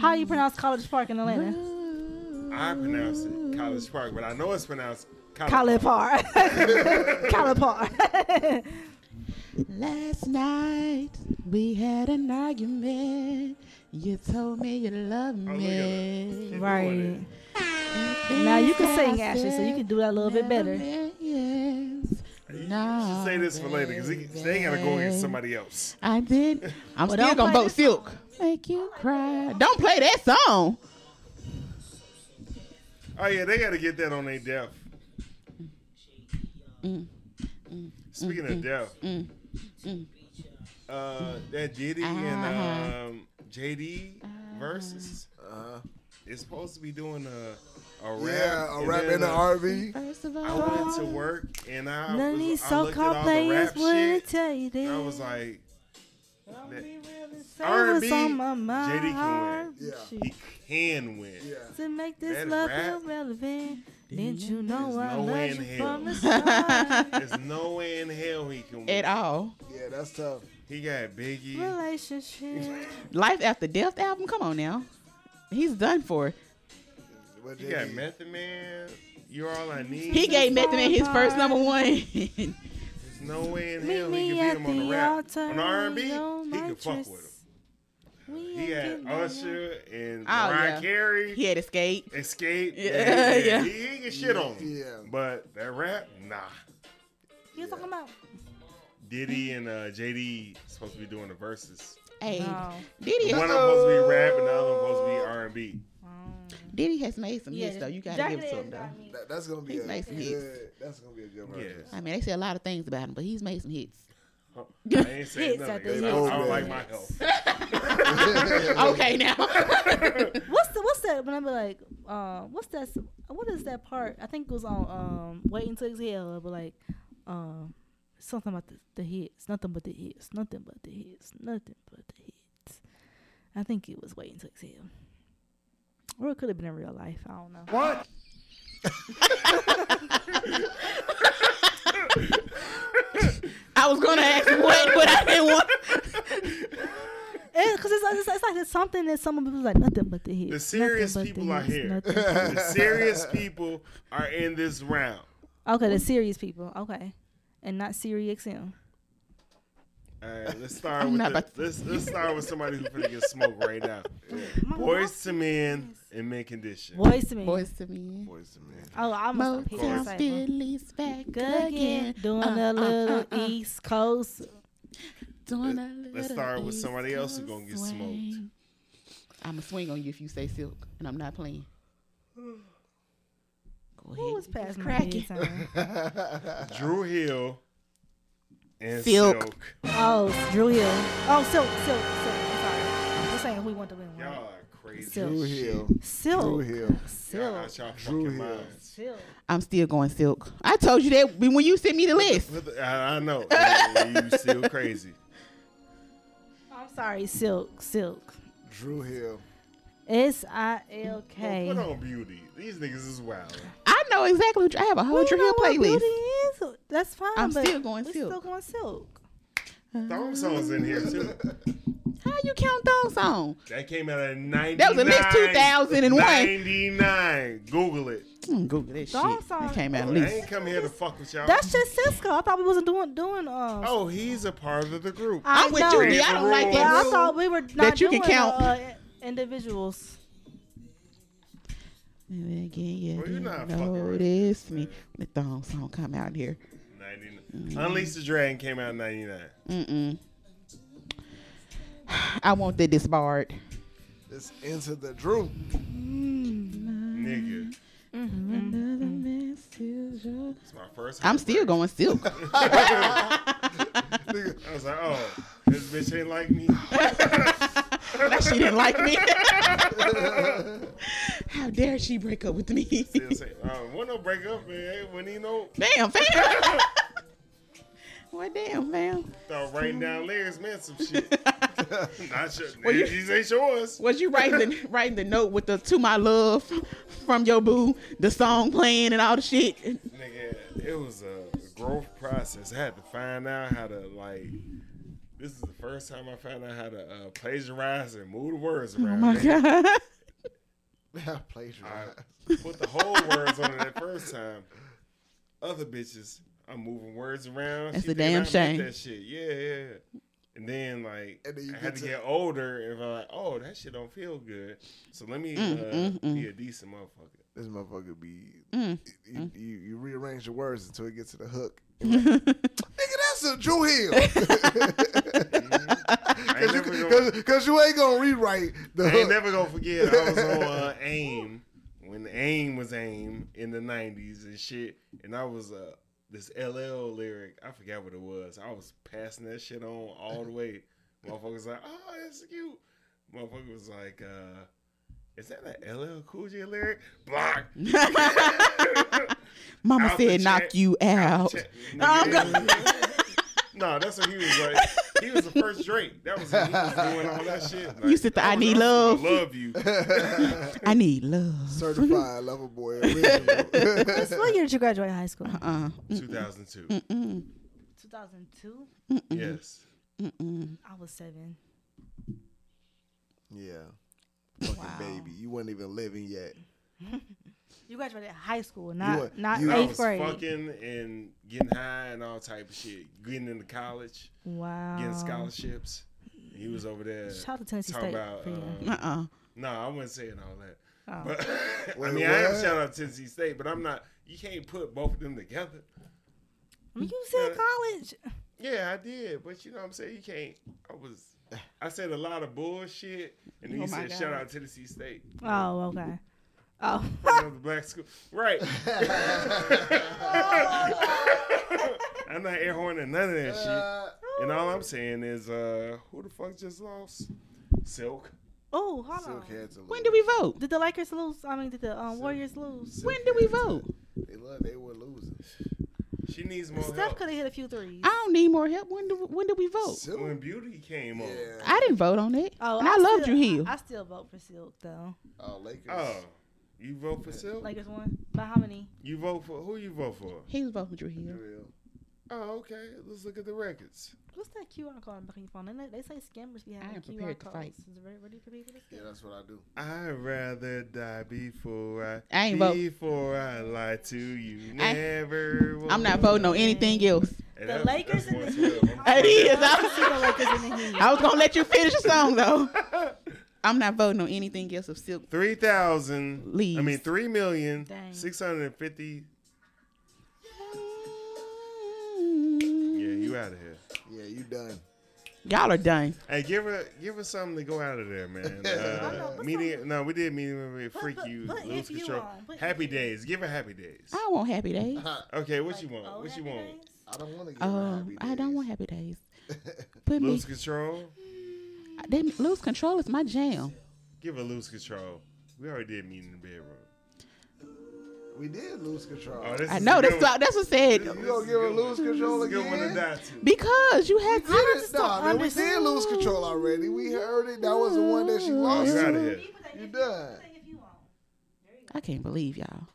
Speaker 2: How you pronounce College Park in Atlanta?
Speaker 3: I pronounce it College Park, but I know it's pronounced College,
Speaker 2: College Park. College Park.
Speaker 7: Last night we had an argument. You told me you loved
Speaker 3: Oh, look at her.
Speaker 7: me.
Speaker 3: She doing
Speaker 2: right.
Speaker 3: it.
Speaker 2: Now you can sing, Ashley, so you can do that a little bit better.
Speaker 3: should say this for later because they gotta go against somebody else.
Speaker 7: I did. I'm
Speaker 3: Well,
Speaker 7: still
Speaker 3: don't
Speaker 7: gonna
Speaker 3: play
Speaker 7: vote
Speaker 3: this
Speaker 7: Silk. Make you cry. Don't play that song.
Speaker 3: Oh yeah, they gotta get that on their death.
Speaker 7: Mm,
Speaker 3: Speaking of death,
Speaker 7: mm, mm.
Speaker 3: uh, that JD
Speaker 7: Uh-huh.
Speaker 3: and um, JD versus uh, is supposed to be doing a a rap,
Speaker 1: Yeah, a
Speaker 3: and
Speaker 1: rap
Speaker 3: then,
Speaker 1: in the
Speaker 3: uh,
Speaker 1: RV.
Speaker 7: First of
Speaker 3: I went to work and I,
Speaker 2: None of
Speaker 3: was,
Speaker 2: these
Speaker 3: I looked at
Speaker 2: so-called
Speaker 3: all the
Speaker 2: players
Speaker 3: rap
Speaker 2: would
Speaker 3: shit.
Speaker 2: tell you
Speaker 3: and I
Speaker 2: this.
Speaker 3: was like,
Speaker 2: Say what's
Speaker 3: R&B,
Speaker 2: on my
Speaker 3: JD can
Speaker 2: mind.
Speaker 3: win.
Speaker 2: Yeah.
Speaker 3: He can win.
Speaker 2: To make this
Speaker 3: That
Speaker 2: love
Speaker 3: rap-
Speaker 2: feel relevant, didn't you know I
Speaker 3: No way
Speaker 2: love you
Speaker 3: in hell.
Speaker 2: from the start?
Speaker 3: There's no way in hell he can win
Speaker 7: At all.
Speaker 1: Yeah, that's tough.
Speaker 3: He got Biggie.
Speaker 2: Relationship.
Speaker 7: Life After Death album. Come on now. He's done for.
Speaker 3: He got Method Man. You're all I need.
Speaker 7: He gave Method Man his first number one.
Speaker 3: There's no way in
Speaker 7: Meet
Speaker 3: hell
Speaker 7: me
Speaker 3: he can beat
Speaker 7: at
Speaker 3: him on
Speaker 7: the
Speaker 3: the rap.
Speaker 7: altar
Speaker 3: On the R&B, he
Speaker 7: on my
Speaker 3: can fuck with him. He had Usher and
Speaker 7: Oh,
Speaker 3: Mariah
Speaker 7: yeah.
Speaker 3: Carey.
Speaker 7: He had Escape.
Speaker 3: Escape.
Speaker 7: Yeah,
Speaker 3: he-
Speaker 7: yeah.
Speaker 3: He, he can shit on him.
Speaker 1: Yeah.
Speaker 3: But that rap, nah.
Speaker 2: You talking about?
Speaker 3: Diddy and uh, JD supposed to be doing the verses.
Speaker 7: Hey,
Speaker 2: No.
Speaker 7: Diddy,
Speaker 3: One of them supposed to be rap and the other one supposed to be R&B.
Speaker 7: Diddy has made some
Speaker 2: Yeah,
Speaker 7: hits though. You gotta
Speaker 2: Jagged
Speaker 7: give it to him
Speaker 2: Edge
Speaker 7: though.
Speaker 2: got
Speaker 1: That, that's gonna be
Speaker 7: He's
Speaker 1: a
Speaker 7: made some
Speaker 1: good. That's gonna be a good version.
Speaker 7: I mean, they say a lot of things about him, but he's made some hits.
Speaker 3: I ain't saying
Speaker 2: Hits
Speaker 3: nothing.
Speaker 2: at
Speaker 3: 'cause
Speaker 2: the
Speaker 3: I, I don't
Speaker 1: hits.
Speaker 3: like my health.
Speaker 7: okay, now.
Speaker 2: What's the what's that? When I be like, uh, what's that? s- What is that part? I think it was on um, waiting to exhale. But like, um, something about the, the hits. Nothing but the hits. Nothing but the hits. Nothing but the hits. I think it was waiting to exhale. Or it could have been in real life. I don't know.
Speaker 4: What?
Speaker 7: I was gonna ask what, but I didn't want.
Speaker 2: Because Eh, it's, it's, it's like it's something that someone was like, nothing but the hits.
Speaker 3: The serious
Speaker 2: nothing but
Speaker 3: people are
Speaker 2: hits,
Speaker 3: here.
Speaker 2: nothing but the
Speaker 3: the serious people are in this round.
Speaker 2: Okay, the serious people. Okay. And not Siri XM.
Speaker 3: All right, let's start
Speaker 7: I'm
Speaker 3: with
Speaker 7: not
Speaker 3: the,
Speaker 7: about
Speaker 3: let's let's start with somebody who's gonna get smoked right now. Boys to men in men condition.
Speaker 2: Voice to me.
Speaker 7: Boys to me.
Speaker 1: Boys to men.
Speaker 2: Oh, I'm a
Speaker 7: Motown Philly's back
Speaker 2: again.
Speaker 7: again.
Speaker 2: Doing a
Speaker 7: Uh,
Speaker 2: little
Speaker 7: uh, uh, uh.
Speaker 2: East Coast.
Speaker 7: Doing a
Speaker 3: Let's
Speaker 7: little
Speaker 3: start with somebody
Speaker 7: East
Speaker 3: else who's
Speaker 7: Coast
Speaker 3: gonna get smoked.
Speaker 7: swing. I'ma swing on you if you say silk, and I'm not playing. Go ahead.
Speaker 2: Who was past my
Speaker 7: cracking.
Speaker 2: bedtime?
Speaker 3: Drew Hill and Silk.
Speaker 7: Silk.
Speaker 2: Oh, Drew Hill. Oh, Silk, Silk, Silk. I'm sorry. I'm just saying who we want to win.
Speaker 3: Y'all are crazy.
Speaker 1: Drew
Speaker 2: Silk.
Speaker 1: Hill. Drew
Speaker 2: Silk.
Speaker 1: Hill.
Speaker 3: Y'all
Speaker 2: Silk.
Speaker 3: out y'all
Speaker 1: Drew
Speaker 3: fucking
Speaker 1: Hill.
Speaker 3: minds.
Speaker 2: Silk.
Speaker 7: I'm still going silk. I told you that when you sent me the list.
Speaker 3: What the- I, I know you still crazy.
Speaker 2: I'm sorry, Silk, Silk.
Speaker 1: Drew Hill.
Speaker 2: S I L K.
Speaker 3: Well, put on beauty. These niggas is wild.
Speaker 7: I know exactly. What, I have a whole
Speaker 2: We
Speaker 7: Drew
Speaker 2: know
Speaker 7: Hill
Speaker 2: what
Speaker 7: playlist.
Speaker 2: beauty is. That's fine.
Speaker 7: I'm
Speaker 2: but
Speaker 7: still going
Speaker 2: we
Speaker 7: Silk.
Speaker 2: Still going silk.
Speaker 3: Thong songs in here too.
Speaker 7: How you count thong song?
Speaker 3: That came out in ninety.
Speaker 7: That was at least 2001.
Speaker 3: Ninety nine. Google it.
Speaker 7: Mm, Google that
Speaker 2: Thong
Speaker 7: shit.
Speaker 2: song.
Speaker 7: It came out
Speaker 3: I
Speaker 7: at least.
Speaker 3: ain't come here to fuck with y'all.
Speaker 2: That's just Cisco. I thought we wasn't doing doing um.
Speaker 3: Oh, he's a part of the group.
Speaker 2: I
Speaker 7: I'm with
Speaker 2: know.
Speaker 7: you, D. I don't like
Speaker 2: Yeah, I
Speaker 7: that. rule.
Speaker 2: thought we were not
Speaker 7: That you
Speaker 2: doing
Speaker 7: can count.
Speaker 2: Uh, individuals.
Speaker 7: Again, you
Speaker 3: Well, you're not
Speaker 7: didn't
Speaker 3: fucking right.
Speaker 7: notice me. The thong song come out here.
Speaker 3: 99. Unleash the Dragon came out in 99.
Speaker 7: Mm-mm. I want that disbarred.
Speaker 1: It's into the Drew.
Speaker 7: Mm-hmm.
Speaker 3: Nigga.
Speaker 7: Another message of-
Speaker 3: It's my first.
Speaker 7: I'm still going silk.
Speaker 3: I was like, oh, this bitch ain't like me.
Speaker 7: that she didn't like me. How dare she break up with me?
Speaker 3: Still say, oh, when no break up, man. When he no
Speaker 7: Damn, fam. well, damn, fam.
Speaker 3: start writing down lyrics, man, some shit. Not your,
Speaker 7: Well, you-
Speaker 3: these ain't yours.
Speaker 7: Was you writing the, writing the note with the "To My Love" from your boo, the song playing and all the shit?
Speaker 3: Nigga, it was a growth process. I had to find out how to like. This is the first time I found out how to uh, plagiarize and move the words around.
Speaker 7: Oh my
Speaker 3: nigga.
Speaker 7: god!
Speaker 1: Plagiarize.
Speaker 3: I put the whole words on it that first time. Other bitches, I'm moving words around.
Speaker 7: That's
Speaker 3: She
Speaker 7: a
Speaker 3: thinking
Speaker 7: damn
Speaker 3: I meant
Speaker 7: shame.
Speaker 3: That shit, yeah, yeah. And then like,
Speaker 1: And then you
Speaker 3: I had
Speaker 1: get
Speaker 3: to,
Speaker 1: to-
Speaker 3: get older, and I'm like, oh, that shit don't feel good. So let me uh, be a decent motherfucker.
Speaker 1: This motherfucker be
Speaker 7: Mm.
Speaker 1: you, you you rearrange the words until it gets to the hook. You're like, Nigga, that's a Drew Hill. Because you,
Speaker 3: never gonna-
Speaker 1: 'cause- 'cause you ain't gonna rewrite the
Speaker 3: I
Speaker 1: hook.
Speaker 3: ain't never gonna forget. I was on uh, AIM when AIM was AIM in the '90s and shit, and I was uh this LL lyric. I forgot what it was. I was passing that shit on all the way. Motherfuckers like, oh, that's cute. Motherfucker was like, uh, is that that LL Cool J lyric? Block.
Speaker 7: Mama
Speaker 3: Out the
Speaker 7: said, knock
Speaker 3: chat-
Speaker 7: you out.
Speaker 3: Check-
Speaker 7: No, I'm
Speaker 3: no, that's what he was like. He was the first Drake. That was he was doing all that shit. Like,
Speaker 7: You said the
Speaker 3: that
Speaker 7: I
Speaker 3: was
Speaker 7: need
Speaker 3: us.
Speaker 7: love.
Speaker 3: Love you.
Speaker 7: I need love.
Speaker 1: Certified lover boy. original.
Speaker 2: That's what year did you graduate high school?
Speaker 7: Uh,
Speaker 3: 2002.
Speaker 7: mm,
Speaker 2: 2002.
Speaker 3: Yes.
Speaker 7: mm.
Speaker 2: I was seven.
Speaker 1: yeah. Fucking baby. You weren't even living yet.
Speaker 2: You graduated high school,
Speaker 1: not-
Speaker 2: not
Speaker 1: were- not
Speaker 2: not
Speaker 1: you-
Speaker 3: I was
Speaker 2: eighth grade.
Speaker 3: fucking and getting high and all type of shit. Getting into college,
Speaker 2: wow.
Speaker 3: getting scholarships. He was over there
Speaker 2: Oh. Shout out to Tennessee
Speaker 3: talking
Speaker 2: State
Speaker 3: about.
Speaker 2: for you.
Speaker 3: uh,
Speaker 7: Uh-uh.
Speaker 3: no, I wasn't saying all that.
Speaker 2: Oh.
Speaker 3: But, I
Speaker 1: Wait,
Speaker 3: mean, I am
Speaker 1: what?
Speaker 3: shout out to Tennessee State, but I'm not. You can't put both of them together.
Speaker 2: I mean, you said college.
Speaker 3: Yeah, I did, but you know what I'm saying? You can't. I was. I said a lot of bullshit, and then
Speaker 7: Oh
Speaker 3: you
Speaker 7: my
Speaker 3: said
Speaker 7: God.
Speaker 3: shout out Tennessee State,
Speaker 2: Oh, okay. Oh,
Speaker 3: another black school, right? I'm not air horning none of that
Speaker 2: Uh,
Speaker 3: shit. And all I'm saying is, uh, who the fuck just lost? Silk.
Speaker 2: oh, hold on.
Speaker 1: Silk had to lose.
Speaker 7: When did we vote?
Speaker 2: Did the Lakers lose? I mean, did the um, Warriors lose?
Speaker 1: Silk
Speaker 7: When did we
Speaker 1: had to-
Speaker 7: vote?
Speaker 1: They, love, they were losing.
Speaker 3: She needs more
Speaker 2: Steph
Speaker 3: help.
Speaker 2: could have hit a few threes.
Speaker 7: I don't need more help. When do, when did we vote?
Speaker 1: Silk?
Speaker 3: When beauty came on.
Speaker 1: Yeah.
Speaker 7: I didn't vote on it. and I, loved
Speaker 2: still,
Speaker 7: you, Hill.
Speaker 2: Oh, I, I still vote for Silk though.
Speaker 1: Oh, Lakers.
Speaker 3: Oh, you vote for Silk?
Speaker 2: Lakers won by how many?
Speaker 3: you vote for who? You vote for?
Speaker 7: he was voting for Drew Hill.
Speaker 1: Real.
Speaker 3: Oh, okay. Let's look at the records.
Speaker 2: What's that QR code back on your phone? They, they say scammers be having
Speaker 7: am
Speaker 2: QR
Speaker 7: prepared to
Speaker 2: codes.
Speaker 7: fight.
Speaker 2: Is it ready, ready for people to
Speaker 1: Yeah,
Speaker 2: scam?
Speaker 1: that's what I do.
Speaker 3: I'd rather die before I,
Speaker 7: I ain't vote.
Speaker 3: before I lie to you.
Speaker 7: I-
Speaker 3: Never.
Speaker 7: I'm not voting on anything else.
Speaker 3: Hey,
Speaker 2: The
Speaker 3: that's-
Speaker 2: Lakers
Speaker 3: that's
Speaker 2: and the
Speaker 3: 112.
Speaker 2: Heat.
Speaker 7: It is.
Speaker 2: I want to see the Lakers and the Heat.
Speaker 7: I was gonna let you finish the song though. I'm not voting on anything else of Silk.
Speaker 3: Three thousand. I
Speaker 7: Leaves.
Speaker 3: mean, three million
Speaker 2: Dang.
Speaker 3: six hundred and fifty. Yeah, you out of here.
Speaker 1: Yeah, you done.
Speaker 7: Y'all are done.
Speaker 3: Hey, give her give her something to go out of there, man.
Speaker 1: I know,
Speaker 3: Uh,
Speaker 2: what's
Speaker 3: medium. No, we did medium rare.
Speaker 2: Put-
Speaker 3: Freak
Speaker 2: put-
Speaker 3: you.
Speaker 2: put
Speaker 3: lose
Speaker 2: If You
Speaker 3: control.
Speaker 2: on. Put
Speaker 3: happy days. Give her happy days.
Speaker 7: I don't want happy days.
Speaker 3: Okay, what you
Speaker 2: Like,
Speaker 3: want?
Speaker 2: oh,
Speaker 3: What you
Speaker 2: happy
Speaker 3: want?
Speaker 2: days?
Speaker 1: I don't want to get
Speaker 7: Um, I don't want happy days. Put me.
Speaker 3: Lose control.
Speaker 7: They, lose control is my jam.
Speaker 3: Give her lose control. We already did meet in the bedroom.
Speaker 1: We did lose control.
Speaker 3: Oh, this
Speaker 7: I
Speaker 3: is
Speaker 7: know
Speaker 3: a good
Speaker 7: that's
Speaker 3: one.
Speaker 7: what, that's what said.
Speaker 1: You gonna give her lose control
Speaker 3: This is a good
Speaker 1: again?
Speaker 3: one to die to.
Speaker 7: Because you had
Speaker 1: Nah,
Speaker 7: to.
Speaker 1: man, we did lose control already. We heard it. That was the one that she
Speaker 7: Oh,
Speaker 1: lost.
Speaker 3: You out of here.
Speaker 1: You done.
Speaker 7: I can't believe y'all.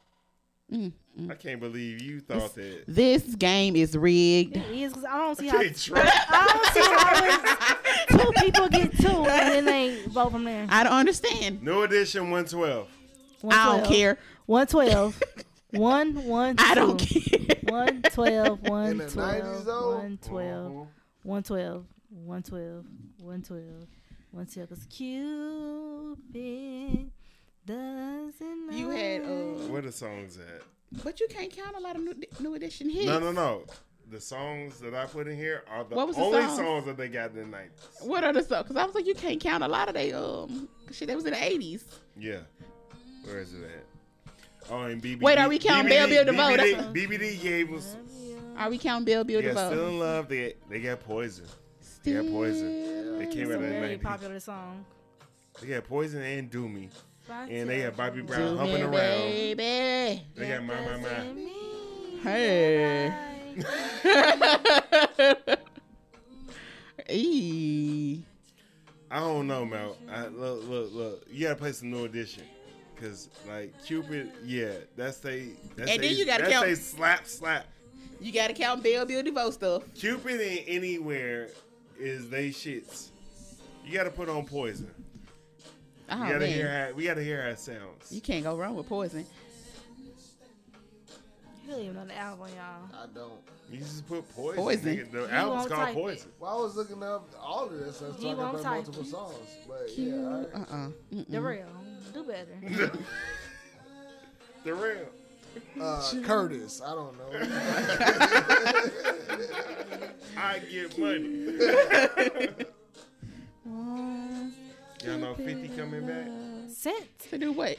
Speaker 3: I can't believe you thought that.
Speaker 7: This game is rigged.
Speaker 2: It is 'cause I don't see how
Speaker 3: Can't trust.
Speaker 2: I don't see how it's- two people get two and then they vote from there.
Speaker 7: I don't understand.
Speaker 3: New edition 112.
Speaker 7: I don't
Speaker 2: 112.
Speaker 7: care.
Speaker 2: 112. One, one,
Speaker 7: I don't
Speaker 2: two.
Speaker 7: care.
Speaker 2: 112,
Speaker 1: In the 90s,
Speaker 2: 112,
Speaker 1: though?
Speaker 2: 112,
Speaker 3: Uh-huh.
Speaker 7: Mm-hmm.
Speaker 2: 112, 112, 112, 112. Because Cupid doesn't know.
Speaker 7: You had uh,
Speaker 3: Where the songs at?
Speaker 7: but you can't count a lot of new, new edition hits.
Speaker 3: No, no, no. The songs that I put in here are the
Speaker 7: What was the
Speaker 3: only
Speaker 7: songs?
Speaker 3: songs that they got in the 90s.
Speaker 7: What are the songs? Because I was like, you can't count a lot of they um shit that was in the eighties.
Speaker 3: Yeah. Where is it at? Oh, and BBD.
Speaker 7: Wait, are we counting Bell Bill DeVoe? That's
Speaker 3: DeVoe?
Speaker 7: what-
Speaker 3: BBD gave us.
Speaker 7: Are we counting Bill Bill
Speaker 3: Yeah,
Speaker 7: DeVoe?
Speaker 3: Still in Love. They, they got Poison. They got Poison. They came
Speaker 2: It's a
Speaker 3: out
Speaker 2: very
Speaker 3: in the 90s.
Speaker 2: popular song.
Speaker 3: They got Poison and Do Me. And they had Bobby
Speaker 7: Do
Speaker 3: Brown
Speaker 7: me,
Speaker 3: humping around.
Speaker 7: baby.
Speaker 3: They got My My My.
Speaker 7: Hey. Eee.
Speaker 3: I don't know, Mel. I, look, look, look. You gotta play some new edition, cause like Cupid, yeah, that's they. That's
Speaker 7: And
Speaker 3: they,
Speaker 7: then you gotta
Speaker 3: that's
Speaker 7: count-
Speaker 3: they slap slap.
Speaker 7: You gotta count Bill Bill DeVoe stuff.
Speaker 3: Cupid in anywhere is they shits. You gotta put on poison.
Speaker 7: Oh
Speaker 3: You gotta
Speaker 7: man,
Speaker 3: hear how we gotta hear how it sounds.
Speaker 7: you can't go wrong with Poison.
Speaker 2: You don't even know the album, y'all.
Speaker 1: I don't.
Speaker 3: You just put poison.
Speaker 7: Poison.
Speaker 3: nigga. The album's
Speaker 2: won't
Speaker 3: called
Speaker 2: type
Speaker 3: Poison.
Speaker 1: Well, I was looking up all of this. I was
Speaker 2: He
Speaker 1: talking
Speaker 2: won't
Speaker 1: about
Speaker 2: type.
Speaker 1: multiple
Speaker 7: Mm-hmm.
Speaker 1: songs, but yeah, all right.
Speaker 7: Uh uh
Speaker 2: The real. Do better.
Speaker 3: the rim.
Speaker 1: Uh, Curtis, I don't know.
Speaker 3: I get money. Y'all know 50 coming back?
Speaker 7: Sense. To do what?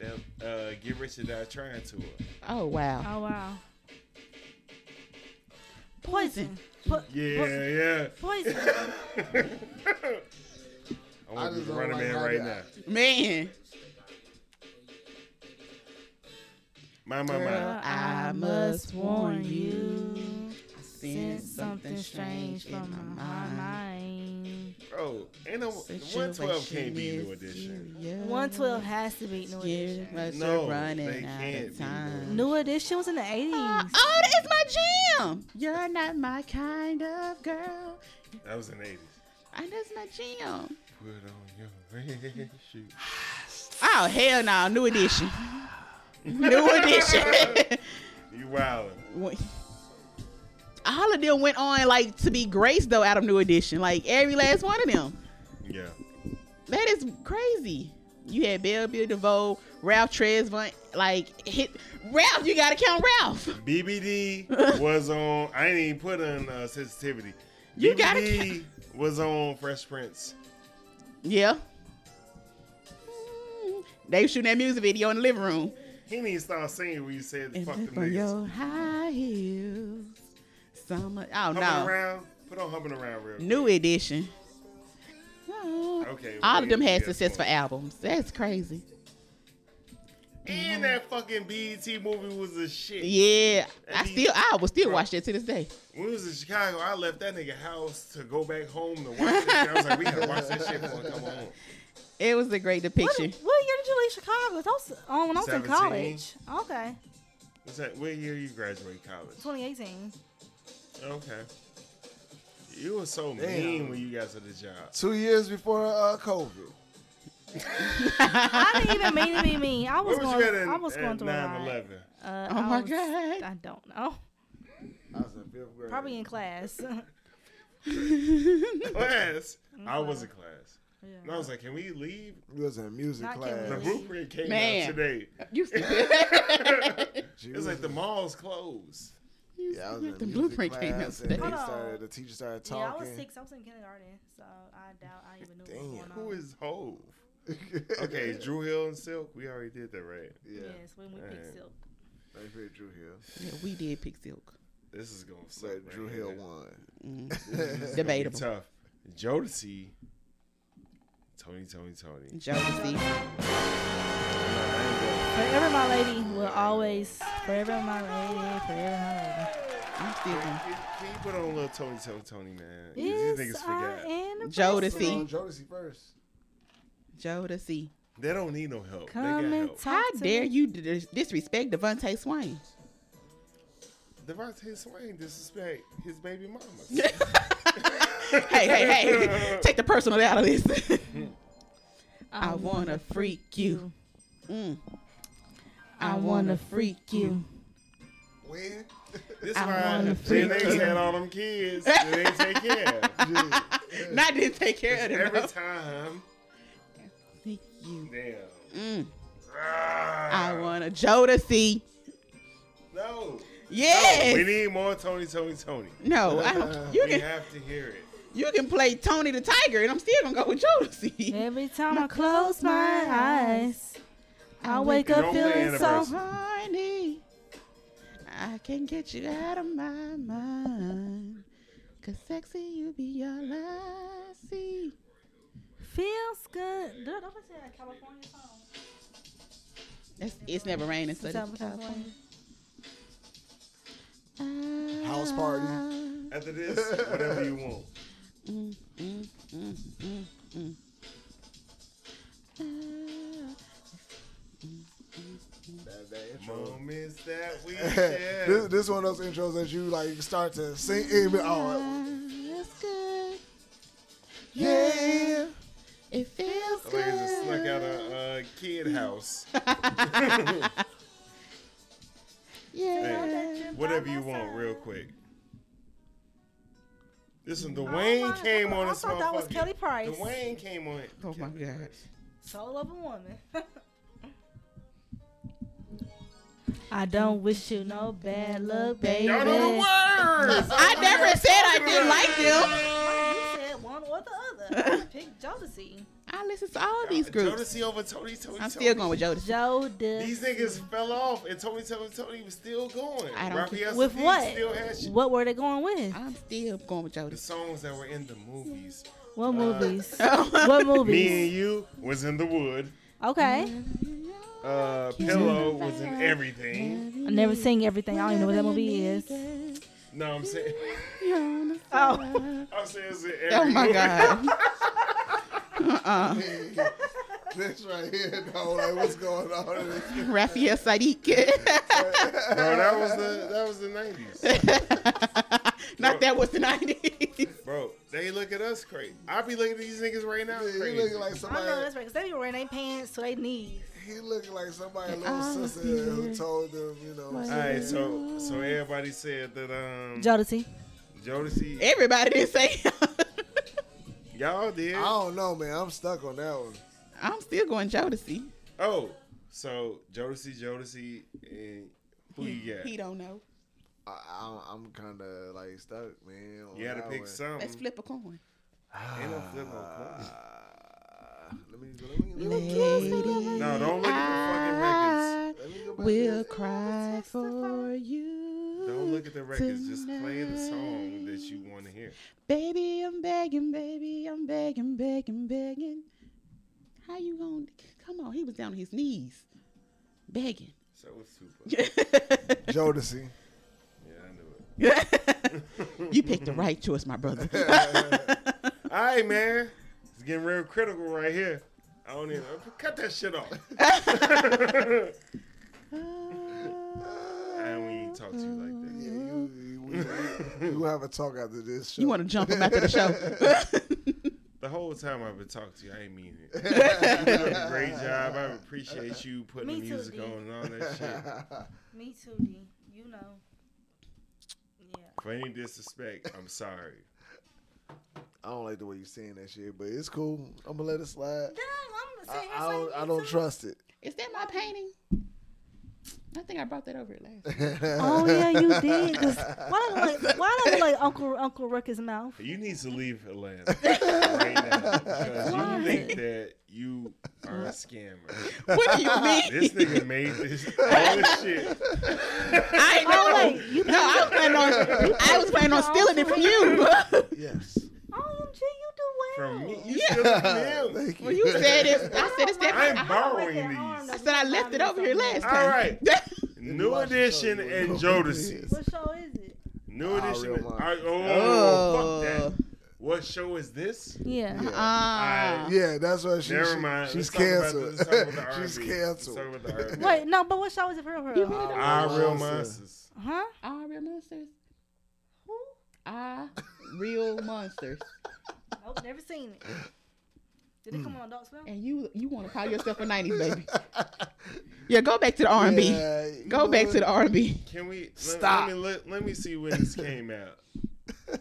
Speaker 3: That, uh, get rich or die trying to
Speaker 7: Oh, wow.
Speaker 2: Oh wow.
Speaker 7: Poison.
Speaker 3: Yeah, yeah.
Speaker 2: Poison.
Speaker 3: I want to
Speaker 1: just
Speaker 3: be the
Speaker 1: don't
Speaker 3: running
Speaker 1: like
Speaker 3: man
Speaker 1: how
Speaker 3: right
Speaker 1: they-
Speaker 3: now.
Speaker 7: Uh, Man.
Speaker 3: My, my, my.
Speaker 7: I must warn you. I sense something strange in my mind.
Speaker 2: mind.
Speaker 3: Bro, Oh, ain't no 112 can't be new edition.
Speaker 2: One twelve has to be new edition.
Speaker 3: No,
Speaker 7: no,
Speaker 3: they
Speaker 7: running out
Speaker 3: can't be
Speaker 7: of time.
Speaker 2: New edition was in the eighties.
Speaker 7: Oh, that is my jam. You're not my kind of girl.
Speaker 3: That was in the 80s.
Speaker 7: I Ah, that's my jam.
Speaker 3: Put on your red shoes.
Speaker 7: Oh hell no, new edition. new edition.
Speaker 3: You wildin'.
Speaker 7: All of them went on like to be graced though out of New Edition. Like every last one of them.
Speaker 3: Yeah.
Speaker 7: That is crazy. You had Belle Bill DeVoe, Ralph Tresvant, like hit Ralph, you gotta count Ralph.
Speaker 3: BBD was on. I ain't even put in uh, sensitivity.
Speaker 7: You gotta
Speaker 3: BBD was on Fresh Prince.
Speaker 7: Yeah. They was shooting that music video in the living room.
Speaker 3: He need to start singing when you said
Speaker 7: And
Speaker 3: fuck
Speaker 7: then
Speaker 3: them
Speaker 7: for
Speaker 3: niggas.
Speaker 7: your high heels. Summer. Oh
Speaker 3: Humping
Speaker 7: no.
Speaker 3: around. Put on humping around real.
Speaker 7: New edition. Oh.
Speaker 3: Okay.
Speaker 7: All of them
Speaker 3: yeah,
Speaker 7: had
Speaker 3: yeah,
Speaker 7: successful
Speaker 3: cool.
Speaker 7: albums. That's crazy.
Speaker 3: And that fucking BET movie was a shit.
Speaker 7: Yeah. I
Speaker 3: That'd be-
Speaker 7: still I will still
Speaker 3: Bro.
Speaker 7: watch that to this day.
Speaker 3: When we was in Chicago, I left that nigga house to go back home to watch this shit. I was like, we gotta watch this shit before I come home.
Speaker 7: It was a great
Speaker 2: What, what
Speaker 7: depiction.
Speaker 2: year did you leave Chicago? I was, oh, when I was
Speaker 3: 17.
Speaker 2: in college. Okay,
Speaker 3: What's that? What year you graduated college?
Speaker 2: 2018.
Speaker 3: Okay. You were so
Speaker 1: Damn.
Speaker 3: mean when you got to the job.
Speaker 1: Two years before uh, COVID.
Speaker 2: I didn't even mean to be mean. I was,
Speaker 3: Where was
Speaker 2: going.
Speaker 3: you at? in-
Speaker 2: I was
Speaker 3: at
Speaker 2: going through a lot.
Speaker 3: 9/11?
Speaker 2: Uh,
Speaker 7: Oh
Speaker 2: I
Speaker 7: my
Speaker 2: was-
Speaker 7: God.
Speaker 2: I don't know.
Speaker 1: I was in fifth grade.
Speaker 2: Probably in class.
Speaker 3: class. I was in class. And I
Speaker 2: yeah.
Speaker 3: was like, can we leave?
Speaker 1: We was in music
Speaker 2: Not
Speaker 1: class.
Speaker 3: The
Speaker 2: Really?
Speaker 3: blueprint came
Speaker 7: Man.
Speaker 3: out today.
Speaker 7: You stupid.
Speaker 1: She
Speaker 3: It was like the mall's closed.
Speaker 1: yeah, I was in
Speaker 7: The
Speaker 1: music
Speaker 7: blueprint came out
Speaker 1: class, and
Speaker 7: today.
Speaker 1: they
Speaker 2: Hold on.
Speaker 1: started- The teacher started
Speaker 2: Yeah, I was
Speaker 1: talking.
Speaker 2: six. I was in kindergarten, so I doubt I even knew
Speaker 1: Damn.
Speaker 2: what was going
Speaker 3: Who
Speaker 2: on.
Speaker 3: is Hove? Okay, Drew Hill and Silk. We already did that, right?
Speaker 1: Yeah,
Speaker 2: Yes, when we
Speaker 3: Alright.
Speaker 2: picked silk.
Speaker 1: they figured Drew Hill.
Speaker 7: yeah, we did pick silk.
Speaker 3: This is gonna suck.
Speaker 1: Like
Speaker 3: right
Speaker 1: Drew
Speaker 3: here.
Speaker 1: Hill won.
Speaker 7: Mm.
Speaker 3: This is gonna be
Speaker 7: Debatable.
Speaker 3: Tough. Jodeci. Tony, Tony, Tony.
Speaker 7: Jodeci.
Speaker 2: Forever My Lady will always. Forever My Lady, Forever My Lady.
Speaker 7: I'm still going.
Speaker 3: Can can you put on a little Tony, Tony, Tony, man? 'Cause These
Speaker 2: Yes,
Speaker 3: niggas
Speaker 2: I
Speaker 3: forgot.
Speaker 2: am.
Speaker 1: Put on
Speaker 7: Jodeci.
Speaker 1: Jodeci first.
Speaker 7: Jodeci.
Speaker 3: They don't need no help.
Speaker 2: Come
Speaker 3: they got
Speaker 2: and
Speaker 3: help.
Speaker 2: talk
Speaker 7: How
Speaker 2: to
Speaker 7: dare
Speaker 2: me.
Speaker 7: you dis- disrespect Devontae Swain?
Speaker 3: Devontae Swain disrespect his baby mama.
Speaker 7: hey, hey, hey. Take the personal out of this. I wanna freak you. Mm. I wanna freak you.
Speaker 1: When?
Speaker 3: This
Speaker 7: I
Speaker 3: why
Speaker 7: wanna
Speaker 3: Gen
Speaker 7: freak
Speaker 3: X
Speaker 7: you.
Speaker 3: had all them kids. They didn't take care. of.
Speaker 7: Not didn't take care of them.
Speaker 3: Every
Speaker 7: though.
Speaker 3: time.
Speaker 7: Freak you.
Speaker 3: Damn.
Speaker 7: Mm.
Speaker 3: Ah.
Speaker 7: I wanna Jodeci.
Speaker 3: No.
Speaker 7: Yes.
Speaker 3: We need more Tony, Tony, Tony.
Speaker 7: no, I don't. You
Speaker 3: We
Speaker 7: can
Speaker 3: have to hear it.
Speaker 7: you can play Tony the Tiger, and I'm still gonna go with Jodeci.
Speaker 2: Every time I close my eyes, I wake up
Speaker 3: Don't play
Speaker 2: feeling so.
Speaker 3: Anniversary.
Speaker 7: Oh, Honey, I can get you out of my mind. Cause sexy, you be all I see.
Speaker 2: Feels good. Dude, I'm gonna say that California song.
Speaker 7: It's, it's never raining, so
Speaker 2: Southern
Speaker 7: that's
Speaker 2: California.
Speaker 1: House party.
Speaker 3: After this, whatever you want.
Speaker 7: Mm, mm, mm, mm, mm. Ah,
Speaker 1: That, that intro.
Speaker 3: Moments that we
Speaker 1: this,
Speaker 3: share.
Speaker 1: this one of those intros that you like start to sing. Even, oh,
Speaker 7: That's good.
Speaker 1: yeah.
Speaker 7: It feels
Speaker 3: Like it's just like at
Speaker 7: good.
Speaker 3: a uh, kid house.
Speaker 7: Yeah.
Speaker 3: Hey, whatever you want, real quick. Listen,
Speaker 7: Oh
Speaker 3: Dwayne came on
Speaker 2: I
Speaker 3: this
Speaker 2: thought that was
Speaker 3: motherfucker.
Speaker 2: Kelly Price.
Speaker 3: Dwayne came on it.
Speaker 7: Oh my God.
Speaker 2: Soul of a woman. I don't wish you no bad luck, baby.
Speaker 7: Y'all know the words. I never said I didn't like them.
Speaker 2: You said one or the other. I picked Jodeci.
Speaker 7: I listen to all these groups.
Speaker 3: Jodeci over Tony, Tony,
Speaker 7: I'm
Speaker 3: Tony.
Speaker 7: still going with Jodeci.
Speaker 2: Jodeci.
Speaker 3: These niggas fell off, and Tony, Tony, Tony was still going.
Speaker 7: I don't
Speaker 3: Raphael
Speaker 7: care.
Speaker 2: With
Speaker 3: Sadiq
Speaker 2: what?
Speaker 3: Still had shit.
Speaker 2: What were they going with?
Speaker 7: I'm still going with
Speaker 3: The
Speaker 7: Jodeci.
Speaker 3: songs that were in the movies.
Speaker 2: What movies?
Speaker 7: Oh.
Speaker 2: what
Speaker 3: Me
Speaker 2: movies?
Speaker 3: and you was in the wood.
Speaker 2: Okay.
Speaker 3: Uh, Pillow was in everything.
Speaker 2: I never seen everything. I don't even know what that movie is.
Speaker 3: No, I'm saying,
Speaker 2: Oh.
Speaker 3: I'm saying it's in every
Speaker 7: Oh my
Speaker 3: movie.
Speaker 7: god. Uh-uh.
Speaker 1: this right here, no, like what's going on? in this?
Speaker 7: Raphael Sadiq.
Speaker 3: Bro, that was the that was the nineties.
Speaker 7: Not that was the 90s.
Speaker 3: Bro, they look at us crazy. I be looking at these niggas right now
Speaker 1: He
Speaker 3: crazy.
Speaker 1: looking like
Speaker 2: I know
Speaker 1: somebody.
Speaker 2: that's right. Cause they be wearing their pants to their knees.
Speaker 1: He looking like somebody little
Speaker 7: I'll
Speaker 1: sister
Speaker 7: be
Speaker 1: who
Speaker 7: there.
Speaker 1: told them, you know.
Speaker 3: All right, so so everybody said that um
Speaker 2: Jodeci.
Speaker 3: Jodeci,
Speaker 7: Everybody didn't say.
Speaker 3: y'all did.
Speaker 1: I don't know, man. I'm stuck on that one.
Speaker 7: I'm still going Jodeci.
Speaker 3: Oh, so Jodeci, Jodeci, and who you got?
Speaker 7: He don't know.
Speaker 1: I, I, I'm kind of like stuck, man. on
Speaker 3: You had to
Speaker 1: that
Speaker 3: pick
Speaker 1: one.
Speaker 3: something.
Speaker 7: Oh, Let's flip a coin.
Speaker 3: Ain't no flip on coin.
Speaker 1: Uh, let me let me, let me,
Speaker 7: Lady,
Speaker 3: No, don't look at
Speaker 7: I
Speaker 1: let me go back.
Speaker 7: will cry for you.
Speaker 3: the records. Don't look at the records. Just play the song that you want to hear.
Speaker 7: Baby, I'm begging, baby, I'm begging, begging, begging. How you gonna come on? He was down on his knees, begging.
Speaker 3: So it's super.
Speaker 1: Jodeci.
Speaker 3: Yeah, I knew it.
Speaker 7: you picked the right choice, my brother.
Speaker 3: All right, man. It's getting real critical right here. I don't even cut that shit off. I don't even talk to you like that.
Speaker 1: Yeah, you, you, we- we will have a talk after this show.
Speaker 7: you want to jump him after the show?
Speaker 3: The whole time I've been talking to you, I ain't mean it. you did a great job. I appreciate you putting
Speaker 2: Me
Speaker 3: the
Speaker 2: too,
Speaker 3: music
Speaker 2: D.
Speaker 3: on and all that shit.
Speaker 2: Me too, D. You know. Yeah.
Speaker 3: For any disrespect, I'm sorry.
Speaker 1: I don't like the way you saying that shit, but it's cool. I'm gonna let it slide.
Speaker 2: Damn, I'm
Speaker 1: I,
Speaker 2: saying
Speaker 1: I don't. I don't trust it.
Speaker 7: Is that my painting? I think I brought that over it last.
Speaker 2: Oh yeah, you did. 'cause why don't look like, why don't look like Uncle Uncle Ruckus mouth?
Speaker 3: You need to leave Atlanta right now because
Speaker 2: Why?
Speaker 3: you think that you are a scammer.
Speaker 7: What do you mean?
Speaker 3: This nigga made this all this shit.
Speaker 7: I ain't
Speaker 2: Oh
Speaker 7: never-
Speaker 2: wait, you
Speaker 7: No, I was planning on I was planning on stealing it from you.
Speaker 1: Yes.
Speaker 2: OMG, you do well.
Speaker 3: From me, you still from him.
Speaker 1: Thank you.
Speaker 7: well, you said it. I said it's
Speaker 3: I'm
Speaker 7: that.
Speaker 3: borrowing
Speaker 2: That arm
Speaker 3: these.
Speaker 2: that
Speaker 7: I said I left it over here last time.
Speaker 3: All right, New
Speaker 1: Watch the
Speaker 3: Edition
Speaker 1: show, you
Speaker 3: and
Speaker 1: know.
Speaker 3: Jodeci.
Speaker 2: What show is it?
Speaker 3: New
Speaker 1: Ah,
Speaker 3: Edition.
Speaker 1: real
Speaker 3: and-
Speaker 1: life.
Speaker 3: I-
Speaker 7: Oh.
Speaker 3: oh, fuck that. What show is this?
Speaker 2: Yeah.
Speaker 1: Yeah.
Speaker 7: Ah.
Speaker 1: Yeah, that's what she.
Speaker 3: Never
Speaker 1: she-
Speaker 3: mind.
Speaker 1: She's
Speaker 3: Let's talk about
Speaker 1: canceled.
Speaker 3: the- let's talk about the
Speaker 1: she's
Speaker 3: R&B. Let's talk
Speaker 1: canceled.
Speaker 3: about the R&B.
Speaker 2: Wait, no, but what show is it for real? For real?
Speaker 7: really
Speaker 3: I
Speaker 1: Monsters.
Speaker 3: Ah, real monsters.
Speaker 2: Huh?
Speaker 7: I real monsters.
Speaker 2: Who?
Speaker 7: I real monsters.
Speaker 2: Nope, never seen it. Did
Speaker 3: Hmm.
Speaker 2: it come on Adult Swim?
Speaker 7: And you you want to call yourself a '90s baby? Yeah, go back to the R&B.
Speaker 1: Yeah, you
Speaker 7: go
Speaker 1: know
Speaker 7: back
Speaker 1: what?
Speaker 7: to the R&B.
Speaker 3: Can we let,
Speaker 1: Stop.
Speaker 3: Let me let, let me see when this came out. let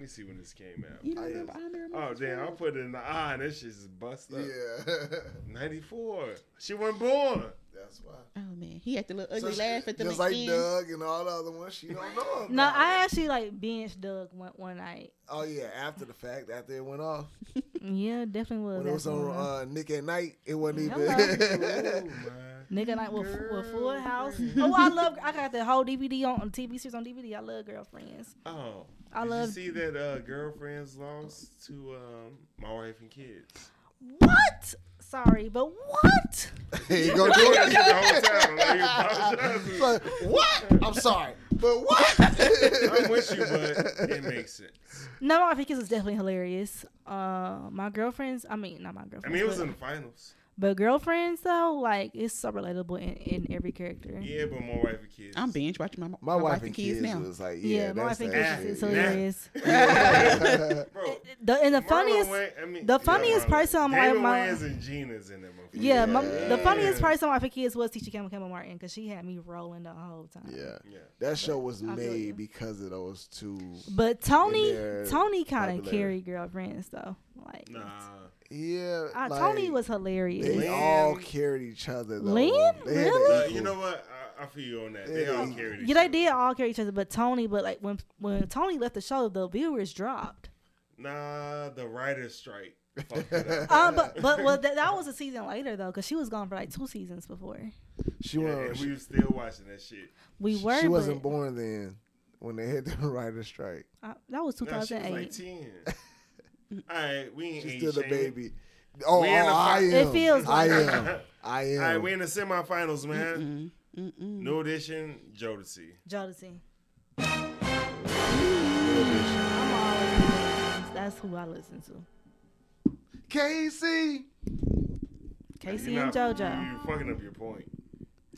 Speaker 3: me see when this came out.
Speaker 7: You don't remember I real
Speaker 3: Oh
Speaker 7: monsters?
Speaker 3: damn! I put it in the eye. and That shit's just bust up.
Speaker 1: Yeah.
Speaker 3: Ninety four. She wasn't born.
Speaker 1: that's why.
Speaker 7: Oh man, he had the little
Speaker 1: So
Speaker 7: ugly
Speaker 1: she-
Speaker 7: laugh at the
Speaker 1: just like
Speaker 7: end.
Speaker 1: Doug and all the other ones, she don't know.
Speaker 2: No,
Speaker 1: about it.
Speaker 2: I actually like binged Doug one, one night.
Speaker 1: Oh yeah, after the fact, after it went off,
Speaker 2: Yeah, definitely was.
Speaker 1: when it was
Speaker 2: after one.
Speaker 1: on uh, Nick at Night, it wasn't
Speaker 3: Oh
Speaker 1: even.
Speaker 3: my.
Speaker 2: Nigga night with, with Full House. Oh, I love. I got the whole DVD on, on TV series on DVD. I love girlfriends.
Speaker 3: Oh.
Speaker 2: I
Speaker 3: Did
Speaker 2: love-
Speaker 3: you see that uh, girlfriends lost to um, my wife and kids.
Speaker 2: What? Sorry, but what?
Speaker 1: He ain't gonna do
Speaker 3: The
Speaker 1: it.
Speaker 3: whole time, I'm like, apologizing.
Speaker 1: It's like, what? I'm sorry, but what?
Speaker 3: I'm with you, but it makes sense.
Speaker 2: No, my Wife Kiss is definitely hilarious. Uh, my girlfriends. I mean, not my girlfriends.
Speaker 3: I mean, it was
Speaker 2: but,
Speaker 3: in the finals.
Speaker 2: but girlfriends though, like it's so relatable in, in every character.
Speaker 3: Yeah, but my wife and kids.
Speaker 7: I'm binge watching my, my,
Speaker 1: My wife and kids
Speaker 7: kids, now.
Speaker 1: was like,
Speaker 2: Yeah,
Speaker 1: yeah,
Speaker 2: my Wife
Speaker 1: that's
Speaker 2: and
Speaker 3: that
Speaker 2: Kiss is
Speaker 3: shit.
Speaker 2: hilarious.
Speaker 3: Bro,
Speaker 2: It- the and the
Speaker 3: Marlon
Speaker 2: funniest,
Speaker 3: Wayne- I mean,
Speaker 2: the
Speaker 3: yeah,
Speaker 2: funniest
Speaker 3: Marlon.
Speaker 2: person on my,
Speaker 3: Damon
Speaker 2: my
Speaker 3: Wayans and Gina's in that movie.
Speaker 2: yeah, my- the funniest
Speaker 3: Yeah.
Speaker 2: person on my kids was Teacher Kemma Kemma Martin because she had me rolling the whole time.
Speaker 1: Yeah. That show was
Speaker 2: I feel you.
Speaker 1: made because of those two.
Speaker 2: But Tony,
Speaker 1: and their
Speaker 2: Tony kind of
Speaker 1: popularity.
Speaker 2: carried girlfriends though. Like,
Speaker 1: Yeah.
Speaker 2: uh,
Speaker 1: like,
Speaker 2: Tony was hilarious.
Speaker 1: They all carried each other. Though.
Speaker 2: Lynn?
Speaker 1: They had
Speaker 2: Really?
Speaker 1: their
Speaker 3: Uh, You know what? I, I feel you on that. They
Speaker 1: Yeah.
Speaker 3: all carried
Speaker 2: yeah, they did all carry each other, but Tony. But like when when Tony left the show, the viewers dropped.
Speaker 3: Nah, the writer's strike. fucked it up.
Speaker 2: Um, but but well, that, that was a season later though, because she was gone for like two seasons before.
Speaker 1: She
Speaker 3: Yeah,
Speaker 1: went-
Speaker 3: and we were still watching that shit.
Speaker 2: We were.
Speaker 1: She wasn't
Speaker 2: but,
Speaker 1: born then when they hit the writer's strike.
Speaker 2: uh, that was
Speaker 3: Nah, she was
Speaker 2: 2008.
Speaker 3: like ten. all right, we ain't
Speaker 1: She's
Speaker 3: age
Speaker 1: still the
Speaker 3: shaming.
Speaker 1: baby. Oh,
Speaker 3: We
Speaker 1: oh
Speaker 3: in the
Speaker 1: I
Speaker 3: fi-
Speaker 1: am.
Speaker 2: It feels
Speaker 1: I
Speaker 2: like-
Speaker 1: am. I am.
Speaker 3: All right, we in the semifinals, man.
Speaker 7: Mm-mm.
Speaker 3: New edition, Jodeci.
Speaker 2: Jodeci. I'm always Jodeci. That's who I listen to.
Speaker 1: Casey.
Speaker 2: Casey
Speaker 3: You're
Speaker 2: and
Speaker 3: not-
Speaker 2: JoJo.
Speaker 3: You fucking up your point.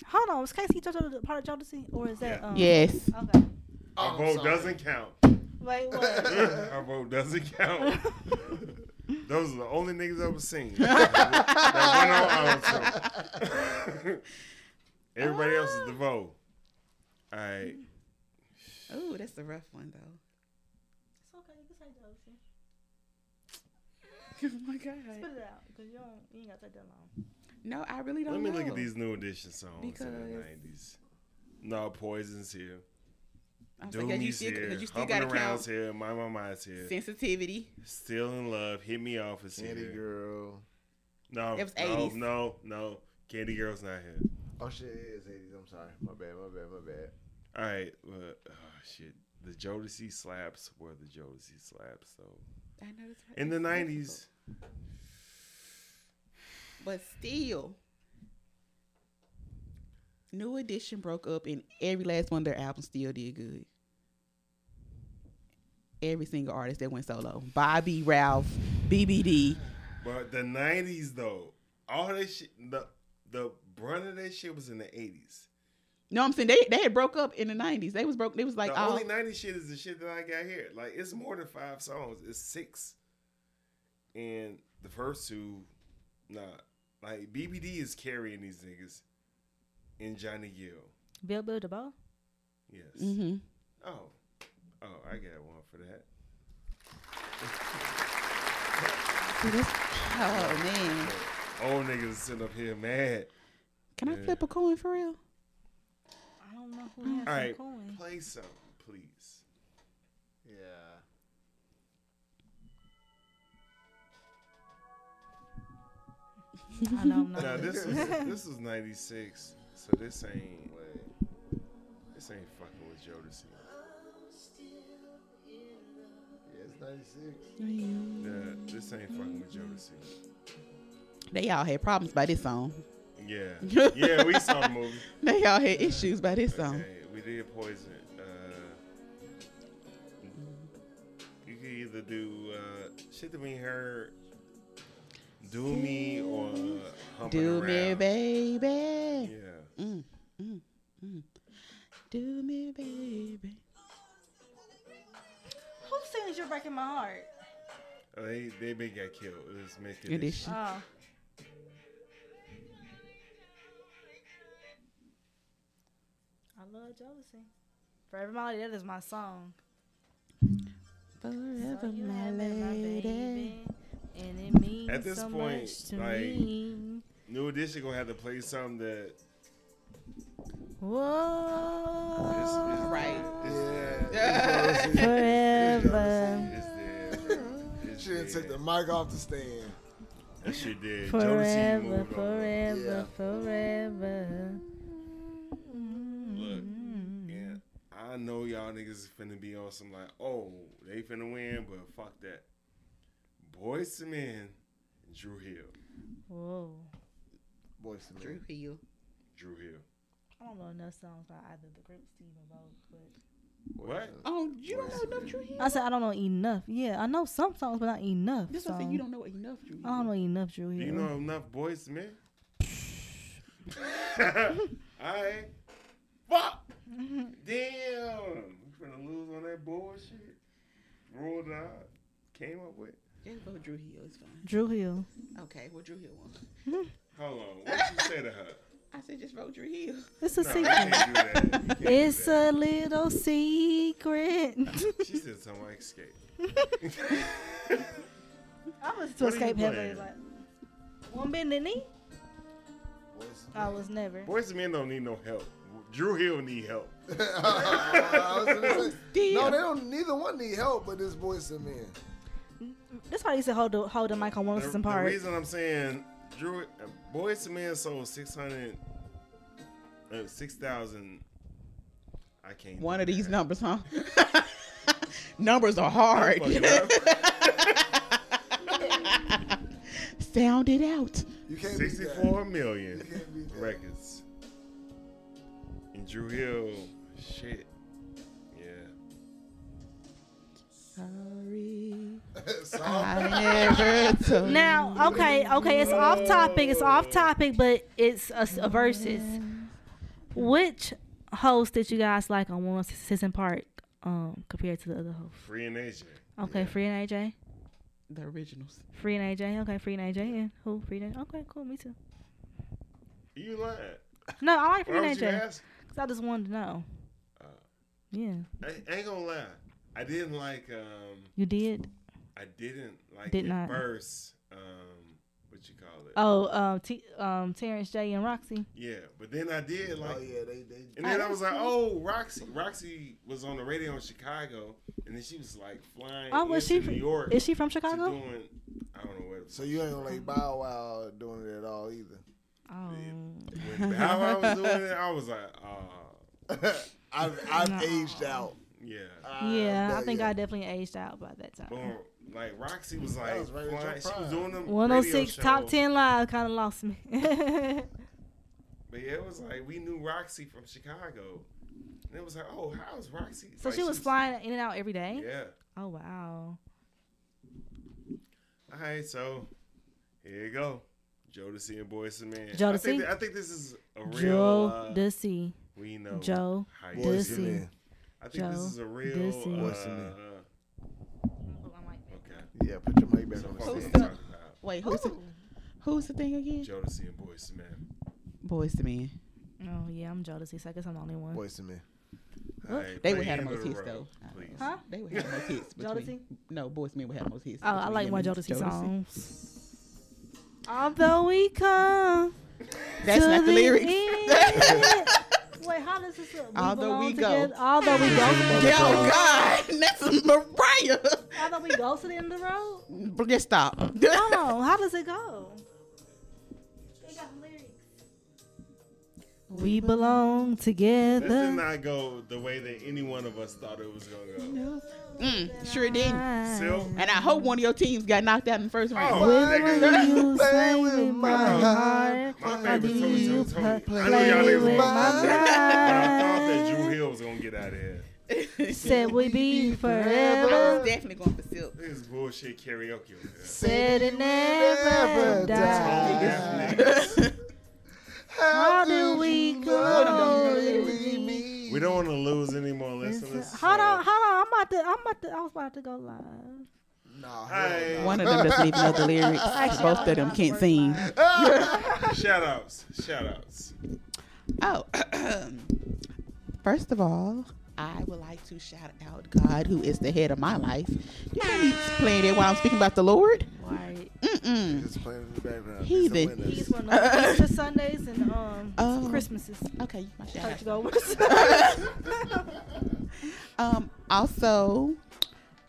Speaker 2: Hold on, was Casey and JoJo part of Jodeci, or is that?
Speaker 3: Yeah.
Speaker 7: Oh.
Speaker 2: Um,
Speaker 7: Yes.
Speaker 2: Okay.
Speaker 3: Our
Speaker 1: Oh, I'm
Speaker 3: vote
Speaker 1: sorry.
Speaker 3: doesn't count.
Speaker 2: Wait, what?
Speaker 3: Our vote doesn't count. Those are the only niggas I've seen. That went on our show. Everybody else
Speaker 1: Ah.
Speaker 3: is the vote. All right.
Speaker 7: Oh, that's a rough one though.
Speaker 2: It's okay, you can say Jodeci.
Speaker 7: oh my god.
Speaker 2: Spit it out, cause you don't, you ain't got that that long.
Speaker 7: No, I really don't
Speaker 3: Let me
Speaker 7: know.
Speaker 3: look at these new edition songs in the
Speaker 7: Because-
Speaker 3: 90s. No, Poison's here.
Speaker 7: I'm like, yeah, you
Speaker 3: Doomy's
Speaker 7: still,
Speaker 3: here.
Speaker 7: you still
Speaker 3: Humping
Speaker 7: gotta
Speaker 3: Around's
Speaker 7: count
Speaker 3: here. My My Mind's here.
Speaker 7: sensitivity.
Speaker 3: Still in Love. Hit Me Off is
Speaker 1: Candy
Speaker 3: here.
Speaker 1: girl.
Speaker 3: No,
Speaker 7: It was
Speaker 3: no,
Speaker 7: 80s.
Speaker 3: no, no. Candy Girl's not here.
Speaker 1: Oh shit, it is 80s. I'm sorry. My bad. My bad. My bad.
Speaker 3: All right. Well, oh, shit. The Jodeci slaps were the Jodeci slaps, though.
Speaker 7: I know that's right.
Speaker 3: In the
Speaker 7: It's
Speaker 3: nineties,
Speaker 7: difficult. but still, New Edition broke up, and every last one of their albums still did good. Every single artist that went solo, Bobby, Ralph, BBD,
Speaker 3: but the nineties though, all that shit, the the brunt of that shit was in the eighties.
Speaker 7: No, I'm saying they they had broke up in the nineties. They was broke. They was like,
Speaker 3: the
Speaker 7: oh,
Speaker 3: only nineties shit is the shit that I got here. Like it's more than five songs. It's six, and the first two, nah. Like BBD is carrying these niggas, and Johnny Gill.
Speaker 2: Bill Bill DeBoe.
Speaker 3: Yes.
Speaker 7: mhm.
Speaker 3: Oh, oh, I got one for that.
Speaker 7: See, that's- oh man,
Speaker 3: Old niggas sitting up here mad.
Speaker 7: can I
Speaker 3: Yeah.
Speaker 7: flip a coin for real?
Speaker 2: I don't know who has
Speaker 3: All right,
Speaker 2: some coin.
Speaker 3: play something, please.
Speaker 1: Yeah.
Speaker 2: I know I'm not.
Speaker 3: Now
Speaker 2: good.
Speaker 3: this was this was '96, so this ain't like this ain't fucking with Jodeci.
Speaker 1: Yeah, it's 96.
Speaker 3: Nah, this ain't fucking with Jodeci.
Speaker 7: They all had problems by this song.
Speaker 3: Yeah, yeah, we saw the movie.
Speaker 7: They all had issues by this song.
Speaker 3: Okay, we did Poison. Uh, you could either do uh, shit that we heard, Do Me or Humping
Speaker 7: Do me,
Speaker 3: Around.
Speaker 7: baby.
Speaker 3: Yeah. Uh,
Speaker 7: Mm, mm, mm. Do me, baby.
Speaker 2: Who sings "You're Breaking My Heart"?
Speaker 3: Oh, They they big got killed. It was making
Speaker 7: Good
Speaker 3: it
Speaker 7: issue.
Speaker 2: Oh, I love jealousy. Forever Molly, that is my song.
Speaker 7: Forever,
Speaker 2: you
Speaker 7: my
Speaker 2: have been my
Speaker 7: lady.
Speaker 2: baby, and it means
Speaker 3: At this
Speaker 2: so
Speaker 3: point,
Speaker 2: much to
Speaker 3: like-
Speaker 2: me.
Speaker 3: New edition gonna have to play something that is,
Speaker 2: Whoa,
Speaker 3: is
Speaker 7: Right.
Speaker 1: Yeah. it's
Speaker 2: forever,
Speaker 3: is dead. It's
Speaker 1: She didn't
Speaker 3: dead.
Speaker 1: take the mic off the stand.
Speaker 3: That shit did. Jodeci
Speaker 2: forever,
Speaker 3: moved on.
Speaker 2: forever,
Speaker 1: Yeah.
Speaker 2: forever. Mm-hmm.
Speaker 3: Look, yeah, I know y'all niggas is finna be on some like, oh, they finna win, but fuck that. Boys to Men, Drew Hill,
Speaker 2: Whoa.
Speaker 1: Voice to me.
Speaker 7: Drew Hill.
Speaker 3: Drew Hill.
Speaker 2: I don't know enough songs by either the group Steve or Vogue, but
Speaker 3: What?
Speaker 7: Oh, you don't know enough Drew Hill.
Speaker 2: I said I don't know enough. Yeah, I know some songs, but not enough.
Speaker 7: This
Speaker 2: so.
Speaker 7: one thing you don't know enough Drew.
Speaker 2: I don't know enough Drew
Speaker 3: Do
Speaker 2: Hill.
Speaker 3: you know enough Boys to Men? Alright. Fuck! Damn! We finna lose on that bullshit. Roll it out. came up with?
Speaker 7: Just go with Drew Hill. It's fine.
Speaker 2: Drew Hill.
Speaker 7: Okay, well, Drew Hill won.
Speaker 3: Hold on. What did you say to her?
Speaker 7: I said just vote Drew Hill.
Speaker 2: It's a
Speaker 3: No, you
Speaker 2: secret.
Speaker 3: can't do that. You can't do
Speaker 2: It's
Speaker 3: that.
Speaker 2: a little secret.
Speaker 3: She said something like escape.
Speaker 2: I was to
Speaker 3: What are
Speaker 2: escape
Speaker 3: you
Speaker 2: heaven.
Speaker 3: playing?
Speaker 2: Like, one bend the knee.
Speaker 1: Boys-
Speaker 2: I was never.
Speaker 3: Boys and men don't need no help. Drew Hill need help.
Speaker 1: I was gonna say, no,
Speaker 7: Damn.
Speaker 1: they don't. Neither one need help, but this boys and men.
Speaker 2: That's why I used to hold the hold the mic on
Speaker 3: The,
Speaker 2: Wilson
Speaker 3: the
Speaker 2: Park.
Speaker 3: reason I'm saying Drew Boys and Men sold 600 uh, 6,000 I can't.
Speaker 7: One
Speaker 3: do
Speaker 7: of these
Speaker 3: that.
Speaker 7: numbers, huh? numbers are hard.
Speaker 3: Fucking up.
Speaker 7: Sound it out.
Speaker 1: You can't beat that.
Speaker 3: 64 million
Speaker 1: You can't beat that.
Speaker 3: records. And Drew Hill, shit. Yeah.
Speaker 7: Sorry.
Speaker 1: So,
Speaker 7: I never told
Speaker 2: Now, okay, okay, it's off topic. It's off topic, but it's a, a versus. Which host did you guys like on One Season Park um, compared to the other host?
Speaker 3: Free and Asian.
Speaker 2: Okay, Free and AJ.
Speaker 7: the originals.
Speaker 2: Free and AJ. Okay, Free and AJ. And who? Free and Okay, cool. Me too.
Speaker 3: You lying.
Speaker 2: No, I like Free
Speaker 3: Why
Speaker 2: and
Speaker 3: would you
Speaker 2: AJ.
Speaker 3: ask?
Speaker 2: 'Cause I just wanted to know.
Speaker 3: Uh,
Speaker 2: Yeah,
Speaker 3: I ain't gonna lie. I didn't like um
Speaker 2: you did.
Speaker 3: I didn't like
Speaker 2: Did
Speaker 3: it
Speaker 2: not.
Speaker 3: first. Um, what you call it?
Speaker 2: Oh, um, T- um, Terrence J and Roxy.
Speaker 3: Yeah, but then I did like,
Speaker 1: oh yeah, they they.
Speaker 3: and then I was like, oh, Roxy. Roxy was on the radio in Chicago, and then she was like flying
Speaker 2: Oh, was
Speaker 3: into
Speaker 2: she?
Speaker 3: New York.
Speaker 2: Is she from
Speaker 3: to
Speaker 2: Chicago?
Speaker 3: Doing, I don't know what. It
Speaker 1: So you ain't gonna like Bow Wow doing it at all either.
Speaker 2: Oh,
Speaker 3: was. When Bow Wow was doing it, I was like, oh,
Speaker 1: I've I've aged out.
Speaker 3: yeah.
Speaker 1: Uh,
Speaker 2: yeah. I think I definitely aged out by that time.
Speaker 3: Boom. Like Roxy was like
Speaker 1: was right at your
Speaker 3: flying. She
Speaker 1: prime.
Speaker 3: was doing them
Speaker 2: 106
Speaker 3: radio
Speaker 2: top
Speaker 3: shows.
Speaker 2: 10 live kind of lost me.
Speaker 3: But yeah, it was like we knew Roxy from Chicago, and it was like, oh, how's Roxy?
Speaker 2: so
Speaker 3: Like,
Speaker 2: she was flying in and out every day.
Speaker 3: Yeah.
Speaker 2: Oh wow.
Speaker 3: All right, so here you go. Jodeci and Boys and Men. I
Speaker 2: Jodeci?
Speaker 3: think, th- I think this is a real. Oh.
Speaker 2: Joe
Speaker 3: uh,
Speaker 2: Ducey.
Speaker 3: we know.
Speaker 2: Joe
Speaker 3: how you
Speaker 1: Boys
Speaker 3: do
Speaker 2: Ducey.
Speaker 3: it.
Speaker 1: and men.
Speaker 3: I think this
Speaker 2: Joe
Speaker 3: is a real.
Speaker 2: Ducey.
Speaker 1: Boyz II
Speaker 3: uh,
Speaker 1: Men.
Speaker 3: okay.
Speaker 1: Yeah, put your money back
Speaker 3: So
Speaker 1: on
Speaker 3: fuck
Speaker 1: the
Speaker 3: what
Speaker 7: Who's
Speaker 3: I'm
Speaker 1: stage.
Speaker 7: the-
Speaker 3: talking about.
Speaker 7: Wait, who's the,
Speaker 2: Oh.
Speaker 7: who's the thing again?
Speaker 3: Jodeci and Boys and Men.
Speaker 7: Boys to men.
Speaker 2: Oh yeah, I'm Joe Ducey. So I guess I'm the only one.
Speaker 1: Boys and men.
Speaker 3: All right,
Speaker 7: They
Speaker 3: play
Speaker 7: would have the
Speaker 3: end of
Speaker 7: most hits though. Uh,
Speaker 3: road, Please.
Speaker 2: Huh?
Speaker 7: They would have the most hits.
Speaker 2: Jodeci?
Speaker 7: between- No, Boys to Men would have the most hits.
Speaker 2: Oh, I
Speaker 7: between
Speaker 2: like
Speaker 7: him
Speaker 2: my
Speaker 7: and
Speaker 2: Jodeci
Speaker 7: Jodeci.
Speaker 2: songs. Although we come
Speaker 7: That's
Speaker 2: to
Speaker 7: not the lyrics.
Speaker 2: end. Wait, how does this look? We
Speaker 7: Although
Speaker 2: belong
Speaker 7: we go.
Speaker 2: together- Although we go.
Speaker 7: Yo, God, that's Mariah.
Speaker 2: Although we go to the end of the road.
Speaker 7: But Just stop.
Speaker 2: Come on, how does it go? It got lyrics. We belong
Speaker 3: That did
Speaker 2: together.
Speaker 3: not go the way that any one of us thought it was gonna go.
Speaker 7: Mm, sure didn't.
Speaker 3: Silk.
Speaker 7: And I hope one of your teams got knocked out in the first round.
Speaker 3: Oh,
Speaker 2: Will
Speaker 3: nigga.
Speaker 2: you
Speaker 1: Play
Speaker 2: play
Speaker 1: with
Speaker 2: with
Speaker 1: my
Speaker 2: my
Speaker 1: heart.
Speaker 2: heart?
Speaker 3: My favorite
Speaker 2: do
Speaker 3: Tony
Speaker 2: you
Speaker 3: Tony Tony. I
Speaker 2: play
Speaker 3: know y'all niggas
Speaker 1: with
Speaker 3: was
Speaker 1: my
Speaker 3: upset, but I thought that Drew
Speaker 2: mind?
Speaker 3: Hill was gonna get out of here.
Speaker 2: Said we be forever.
Speaker 7: definitely going for Silk.
Speaker 3: This is bullshit karaoke. over here.
Speaker 2: Said it never
Speaker 1: Never
Speaker 2: die.
Speaker 1: die.
Speaker 2: How do we go?
Speaker 3: We don't want to lose any more listeners.
Speaker 2: Hold
Speaker 3: so-
Speaker 2: on, hold on. I'm about to. I'm about to. I was about to go live.
Speaker 1: Nah,
Speaker 3: Hey.
Speaker 7: One of them doesn't even know the lyrics. Both of them can't sing.
Speaker 3: Shout outs. Shout outs.
Speaker 7: Oh, first of all, I would like to shout out God, who is the head of my life. You can't be playing it while I'm speaking about the Lord.
Speaker 2: Right.
Speaker 7: Mm-mm.
Speaker 1: Just playing in the background.
Speaker 7: Heathen.
Speaker 2: He's one of the Easter Sundays and um
Speaker 7: Oh.
Speaker 2: Christmases.
Speaker 7: Okay, you my shout out.
Speaker 2: Church goers.
Speaker 7: Um, also,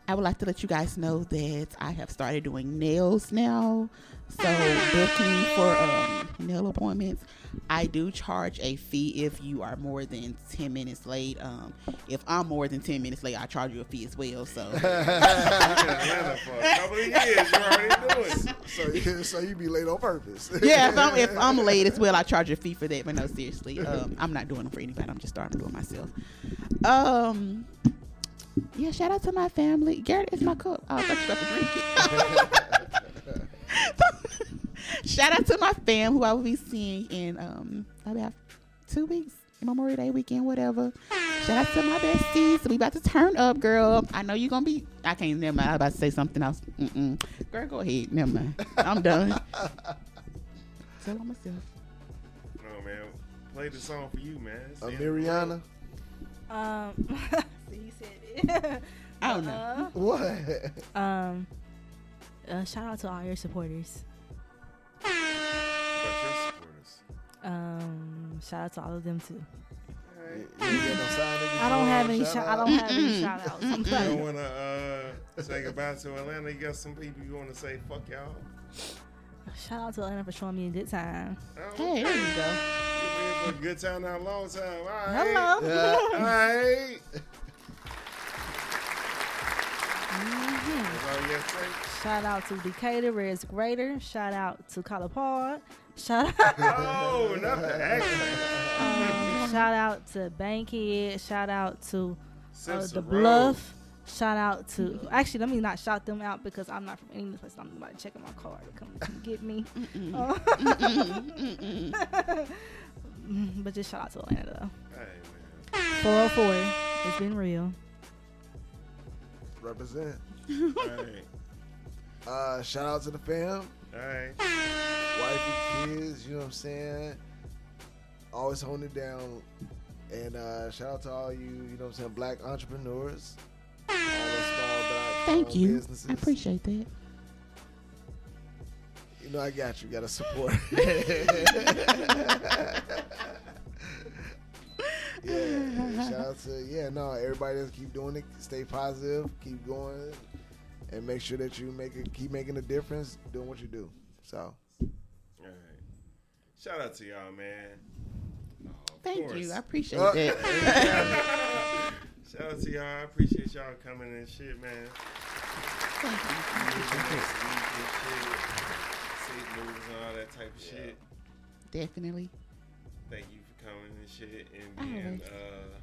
Speaker 7: I would like to let you guys know that I have started doing nails now. So booking for um, nail appointments, I do charge a fee if you are more than ten minutes late. Um, if I'm more than ten minutes late, I charge you a fee as well. So
Speaker 3: Been in Atlanta for a couple of years. You already knew it.
Speaker 1: So, you, so you be late on purpose.
Speaker 7: yeah, if I'm if I'm late as well, I charge a fee for that. But no, seriously, um, I'm not doing them for anybody. I'm just starting to do it myself. Um, yeah, shout out to my family. Garrett is my cook. Oh, I thought you about to drink it. shout out to my fam who I will be seeing in um about two weeks. Memorial Day weekend, whatever. Shout out to my besties. We about to turn up, girl. I know you're gonna be. I can't. Never mind. I was about to say something else. Mm-mm. Girl, go ahead. Never mind. I'm done. Tell on myself.
Speaker 3: Oh man, play the song for you, man. It's the end of the
Speaker 1: Amiriana.
Speaker 2: Um, see, he said it.
Speaker 7: I don't know.
Speaker 1: What?
Speaker 2: Um, uh, shout out to all your supporters.
Speaker 3: But your supporters.
Speaker 2: Um, shout out to all of them too.
Speaker 1: I
Speaker 2: I don't have any. Shout, I don't have any shout outs. I'm
Speaker 3: You don't
Speaker 2: sorry.
Speaker 3: want to uh, say goodbye to Atlanta. You got some people you want to say fuck y'all.
Speaker 2: Shout out to Atlanta for showing me a good time.
Speaker 3: Oh,
Speaker 7: Hey, there you go.
Speaker 3: it's been a good time, not a long time. All right.
Speaker 2: Hello.
Speaker 3: All right. That's all you got to say.
Speaker 2: Shout out to Decatur, Red's Greater. Shout out to Colapod. Shout out,
Speaker 3: Oh, not the accent.
Speaker 7: Uh,
Speaker 2: um, shout out to Bankhead. Shout out to uh,
Speaker 3: Since
Speaker 2: the Bluff. Shout out to actually, let me not shout them out because I'm not from any of this place. I'm about to check my card. Come, come get me. Uh, but just shout out to Atlanta
Speaker 3: Hey, man.
Speaker 2: though. 404. It's been real.
Speaker 1: Represent.
Speaker 3: All right.
Speaker 1: Uh, shout out to the fam,
Speaker 3: All right.
Speaker 1: wife and kids. You know what I'm saying? Always holding it down. And uh, shout out to all you, you know what I'm saying, black entrepreneurs. All those small black
Speaker 7: Thank
Speaker 1: owned
Speaker 7: you.
Speaker 1: Businesses.
Speaker 7: I appreciate that.
Speaker 1: You know, I got you. Got to support. yeah. Shout out to yeah. No, everybody just keep doing it. Stay positive. Keep going, and make sure that you make it. Keep making a difference. Doing what you do. So
Speaker 3: All right. Shout out to y'all, man. Oh, of
Speaker 7: Thank
Speaker 3: course.
Speaker 7: you. I appreciate
Speaker 1: Uh,
Speaker 7: that.
Speaker 3: Shout out to y'all. I appreciate y'all coming and shit, man. Thank you. Shit, movies and all that type of shit.
Speaker 7: Definitely.
Speaker 3: Thank you for coming and shit and
Speaker 7: All
Speaker 3: being
Speaker 7: right.
Speaker 3: uh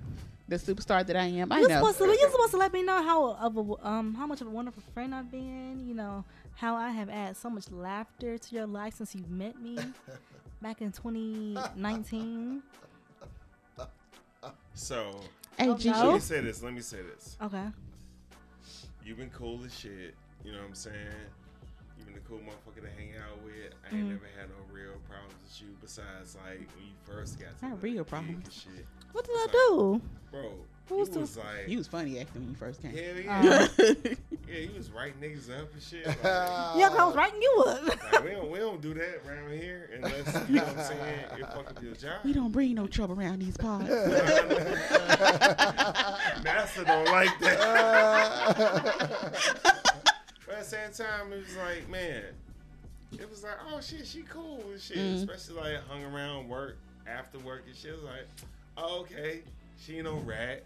Speaker 7: The superstar that I am. I
Speaker 2: You're
Speaker 7: know.
Speaker 2: supposed to you're supposed to let me know how of a, um how much of a wonderful friend I've been. You know how I have added so much laughter to your life since you met me back in 2019.
Speaker 3: so
Speaker 7: Hey,
Speaker 2: Oh,
Speaker 7: Gigi.
Speaker 3: let me
Speaker 2: no.
Speaker 3: say this, let me say this.
Speaker 2: Okay.
Speaker 3: You've been cool as shit. You know what I'm saying? You've been a cool motherfucker to hang out with. I
Speaker 7: Mm.
Speaker 3: ain't never had no real problems with you besides like when you first got to
Speaker 7: Not
Speaker 3: the
Speaker 7: real
Speaker 3: gig
Speaker 7: problems.
Speaker 3: and shit.
Speaker 2: What did I do?
Speaker 3: Bro,
Speaker 2: Who's
Speaker 3: you
Speaker 2: the-
Speaker 3: was like
Speaker 7: You was funny acting when you first came.
Speaker 3: Hell
Speaker 2: Uh.
Speaker 3: yeah. yeah, you was writing niggas up and shit. Like,
Speaker 2: Yeah, 'cause I was writing you up.
Speaker 3: Like, we, don't, we don't do that around here unless, you know what I'm saying, it fuck up your job.
Speaker 7: we don't bring no trouble around these Oh, parts.
Speaker 1: Oh,
Speaker 3: Master don't like that.
Speaker 1: Uh.
Speaker 3: but at the same time, it was like, man, it was like, oh shit, she cool and shit.
Speaker 7: Mm-hmm.
Speaker 3: Especially like hung around work, after work and shit. It was like, oh, okay, she ain't no rat.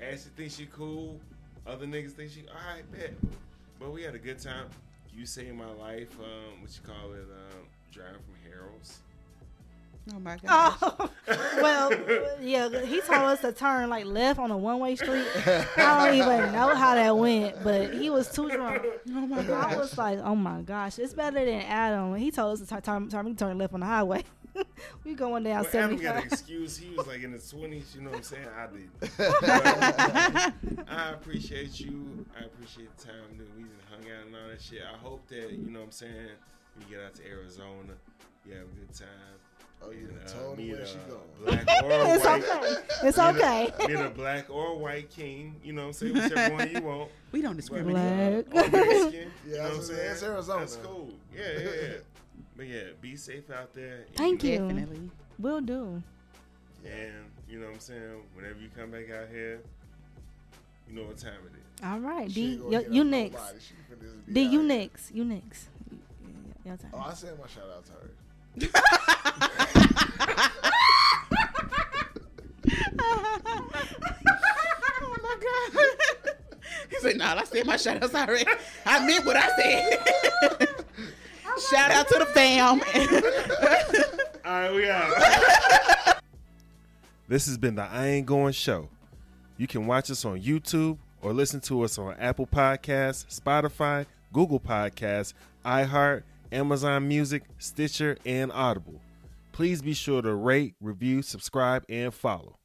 Speaker 3: Ashley thinks she cool. Other niggas think she, all right, bet. But we had a good time. You saved my life. Um, what you call it? Um, driving from Harold's.
Speaker 7: oh my god.
Speaker 2: Oh, well, yeah, he told us to turn like left on a one way street. I don't even know how that went, but he was too drunk.
Speaker 7: Oh my
Speaker 2: I
Speaker 7: god.
Speaker 2: was like, oh my gosh, it's better than Adam. He told us to turn, turn, turn, turn left on the highway. we going down
Speaker 3: Well, Adam got an
Speaker 2: 75.
Speaker 3: excuse. He was like in his twenties. You know what I'm saying? I did. But I appreciate you. I appreciate the time that we done hung out and all that shit. I hope that you know what I'm saying. When you get out to Arizona, you have a good time.
Speaker 1: Oh, you
Speaker 3: And,
Speaker 1: done
Speaker 3: uh,
Speaker 1: told me
Speaker 3: meet
Speaker 1: where
Speaker 3: a
Speaker 1: she going.
Speaker 3: Black or
Speaker 2: It's
Speaker 3: white.
Speaker 2: okay. It's okay.
Speaker 3: Meet a black or white king. You know what I'm saying? Whichever one you want.
Speaker 7: We don't discriminate.
Speaker 2: Black.
Speaker 3: Or Mexican. you
Speaker 1: Yeah, I was
Speaker 3: know what I'm
Speaker 1: gonna say,
Speaker 3: saying?
Speaker 1: that's Arizona.
Speaker 3: That's cool. Yeah, yeah, yeah. But yeah, be safe out there. and,
Speaker 2: Thank you.
Speaker 7: Definitely.
Speaker 2: Will do.
Speaker 3: And you know what I'm saying? Whenever you come back out here, you know what time it is.
Speaker 2: All right,
Speaker 1: She
Speaker 2: D,
Speaker 1: ain't gonna
Speaker 2: you,
Speaker 1: get
Speaker 2: you
Speaker 1: up
Speaker 2: next.
Speaker 1: nobody. She finna just be
Speaker 2: D,
Speaker 1: out
Speaker 2: you
Speaker 1: here.
Speaker 2: next. You next. Your turn.
Speaker 1: Oh, I said my shout out to her.
Speaker 7: oh my god. He said, "Nah, I said my shout outs already. I meant what I said." Shout out to the fam.
Speaker 3: All right, we out. this has been the I Ain't Going Show. You can watch us on YouTube or listen to us on Apple Podcasts, Spotify, Google Podcasts, iHeart, Amazon Music, Stitcher, and Audible. Please be sure to rate, review, subscribe, and follow.